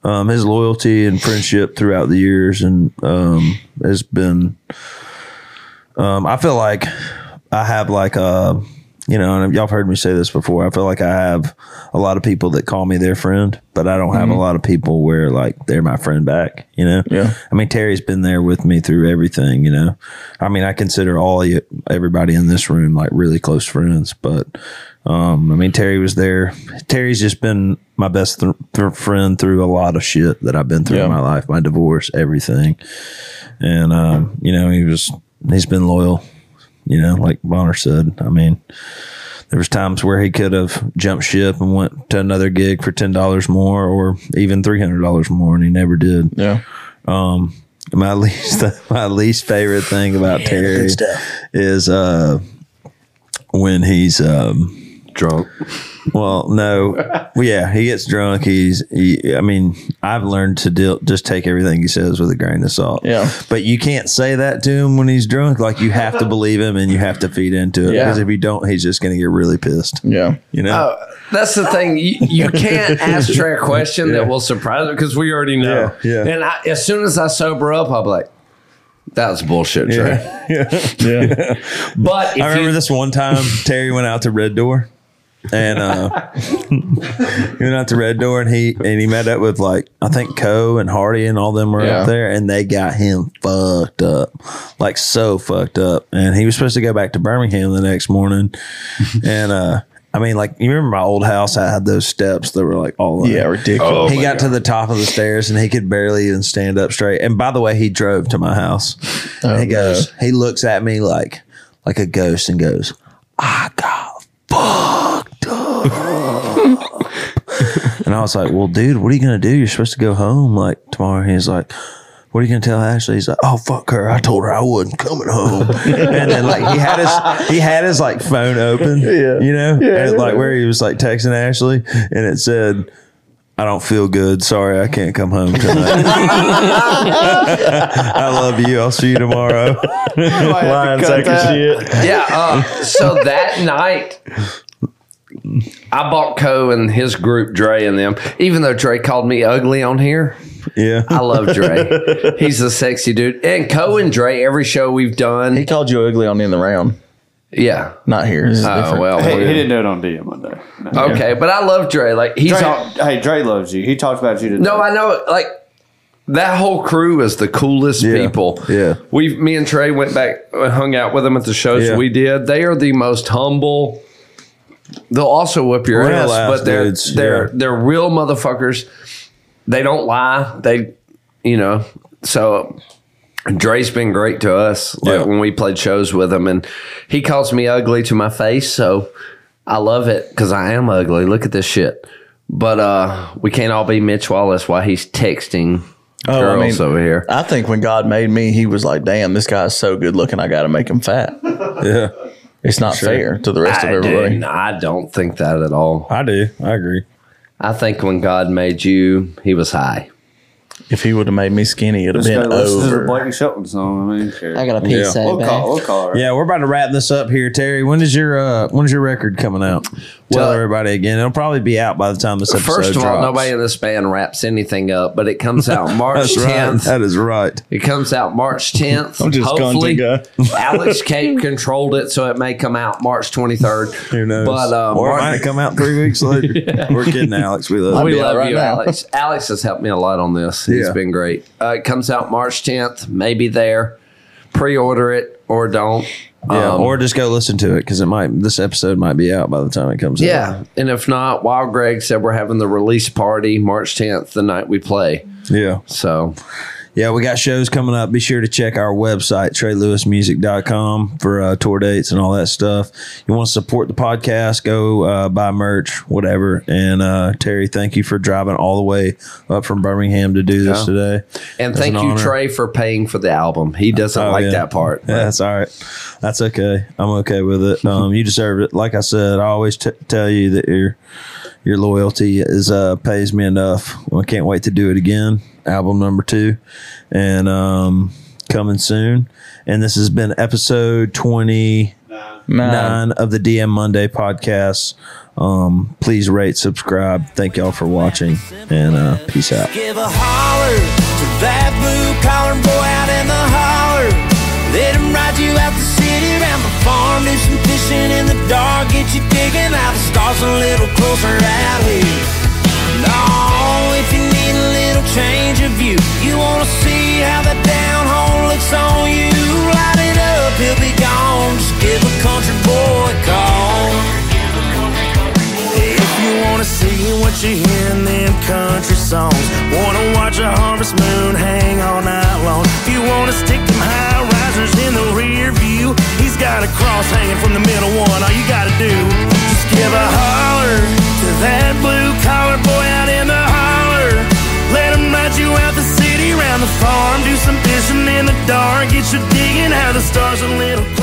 um, his loyalty and friendship throughout the years and um, has been. Um, I feel like I have like a, you know, and y'all have heard me say this before. I feel like I have a lot of people that call me their friend, but I don't have a lot of people where like they're my friend back. You know, Mm-hmm. Yeah. I mean, Terry's been there with me through everything, you know. I mean, I consider all you, everybody in this room like really close friends, but um, I mean, Terry was there. Terry's just been my best th- th- friend through a lot of shit that I've been through Yeah. in my life, my divorce, everything. And, um, you know, he was, he's been loyal, you know, like Bonner said. I mean, there was times where he could have jumped ship and went to another gig for $10 more or even $300 more, and he never did Yeah. my least my least favorite thing about Terry is uh when he's um Drunk. well no well, yeah he gets drunk he's he, I mean I've learned to deal just take everything he says with a grain of salt Yeah. but you can't say that to him when he's drunk like you have to believe him and you have to feed into it Yeah. Oh, because if you don't he's just gonna get really pissed Yeah. you know That's the thing. You, you can't ask Trey a question that will surprise him because we already know. Yeah, yeah. And I, as soon as I sober up, I'll be like, that was bullshit, Trey. Yeah. But if I remember you, this one time Terry went out to Red Door, and uh, he went out to Red Door, and he and he met up with like I think Co and Hardy and all them were Yeah. up there, and they got him fucked up, like so fucked up, and he was supposed to go back to Birmingham the next morning, and uh, I mean like you remember my old house, I had those steps that were like all Yeah. Ridiculous. he got to the top of the stairs and he could barely even stand up straight. And by the way, he drove to my house. And he goes, he looks at me like like a ghost and goes, I got fucked up. and I was like, Well, dude, what are you gonna do? You're supposed to go home like tomorrow. He's like, what are you gonna tell Ashley? He's like, oh fuck her. I told her I wasn't coming home. and then like he had his he had his like phone open. Yeah. You know? Yeah. And like where he was like texting Ashley and it said I don't feel good. Sorry, I can't come home tonight. I love you. I'll see you tomorrow. Lion Oh, sack of shit. yeah. Uh, so that night, I bought Co and his group, Dre and them, even though Dre called me ugly on here. Yeah. I love Dre. He's a sexy dude. And Co and Dre, every show we've He done. called you ugly on in the round. Yeah. Not here. This is Oh, different. well. Hey, we're- he didn't do it on DM Monday. No. Okay, but I love Dre. Like he's Dre, all, hey, Dre loves you. He talked about you today. no, I know. Like that whole crew is the coolest Yeah, people. yeah. we me and Trey went back, uh, hung out with them at the shows Yeah. we did. They are the most humble. They'll also whip your Real ass, ass but they're dudes, they're yeah. they're real motherfuckers. They don't lie. They, you know, so Dre's been great to us. Like Yeah. when we played shows with him, and he calls me ugly to my face, so I love it because I am ugly. Look at this shit. But uh, we can't all be Mitch Wallace while he's texting Oh, I girls mean- over here. I think when God made me, he was like, damn, this guy's so good looking. I got to make him fat. Yeah. It's not fair to the rest I, of everybody. didn't- I don't think that at all. I do. I agree. I think when God made you, he was high. If he would have made me skinny, it'd have This guy been listens to the over. Blake and Shelton song. I mean, I got a piece Yeah. out we'll of call. that. We'll call her. Yeah, we're about to wrap this up here, Terry. When is your uh when is your record coming out? Tell Well- everybody again. It'll probably be out by the time this episode First of all, drops. nobody in this band wraps anything up, but it comes out March That's right. 10th. That is right. It comes out March 10th. I'm just Hopefully, content Alex Cape controlled it, so it may come out March 23rd. Who knows? But um, or it Martin- might come out three weeks later. We're kidding, Alex. We love we you. love right you, now. Alex. Alex has helped me a lot on this. He's Yeah. been great. Uh, it comes out March 10th. Maybe there. Pre-order it or don't. Yeah, Um, or just go listen to it because it might. This episode might be out by the time it comes out. yeah. And if not, while Greg said we're having the release party March 10th, the night we play. Yeah, yeah. So yeah, we got shows coming up. Be sure to check our website, treylewismusic.com, for uh, tour dates and all that stuff. You want to support the podcast, go uh, buy merch, whatever. And uh, Terry, thank you for driving all the way up from Birmingham to do this Yeah. today. And That's thank an you, honor. Trey, for paying for the album. He doesn't Oh, like yeah. that part. Yeah, that's all right. That's okay. I'm okay with it. Um, you deserve it. Like I said, I always t- tell you that your your loyalty is uh, pays me enough. Well, I can't wait to do it again. Album number two, and um, coming soon. And this has been episode twenty nine of the DM Monday podcast. Um, please rate, subscribe. Thank y'all for watching, and uh, peace out. Give a holler to that blue collar boy out in the holler. Let him ride you out the city, around the farm, do some fishing in the dark, get you digging out the stars a little closer out here. No, if you need a little change of view, you wanna see how the down home looks on you. Light it up, he'll be gone. Just give a country boy a call. If you wanna see what you hear in them country songs, wanna watch a harvest moon hang all night long. If you wanna stick them high risers in the rear view, he's got a cross hanging from the middle one. All you gotta do, just give a holler to that blue collar boy out in the holler. Let him ride you out the city, round the farm, do some fishing in the dark, get you digging how the stars a little. Oh,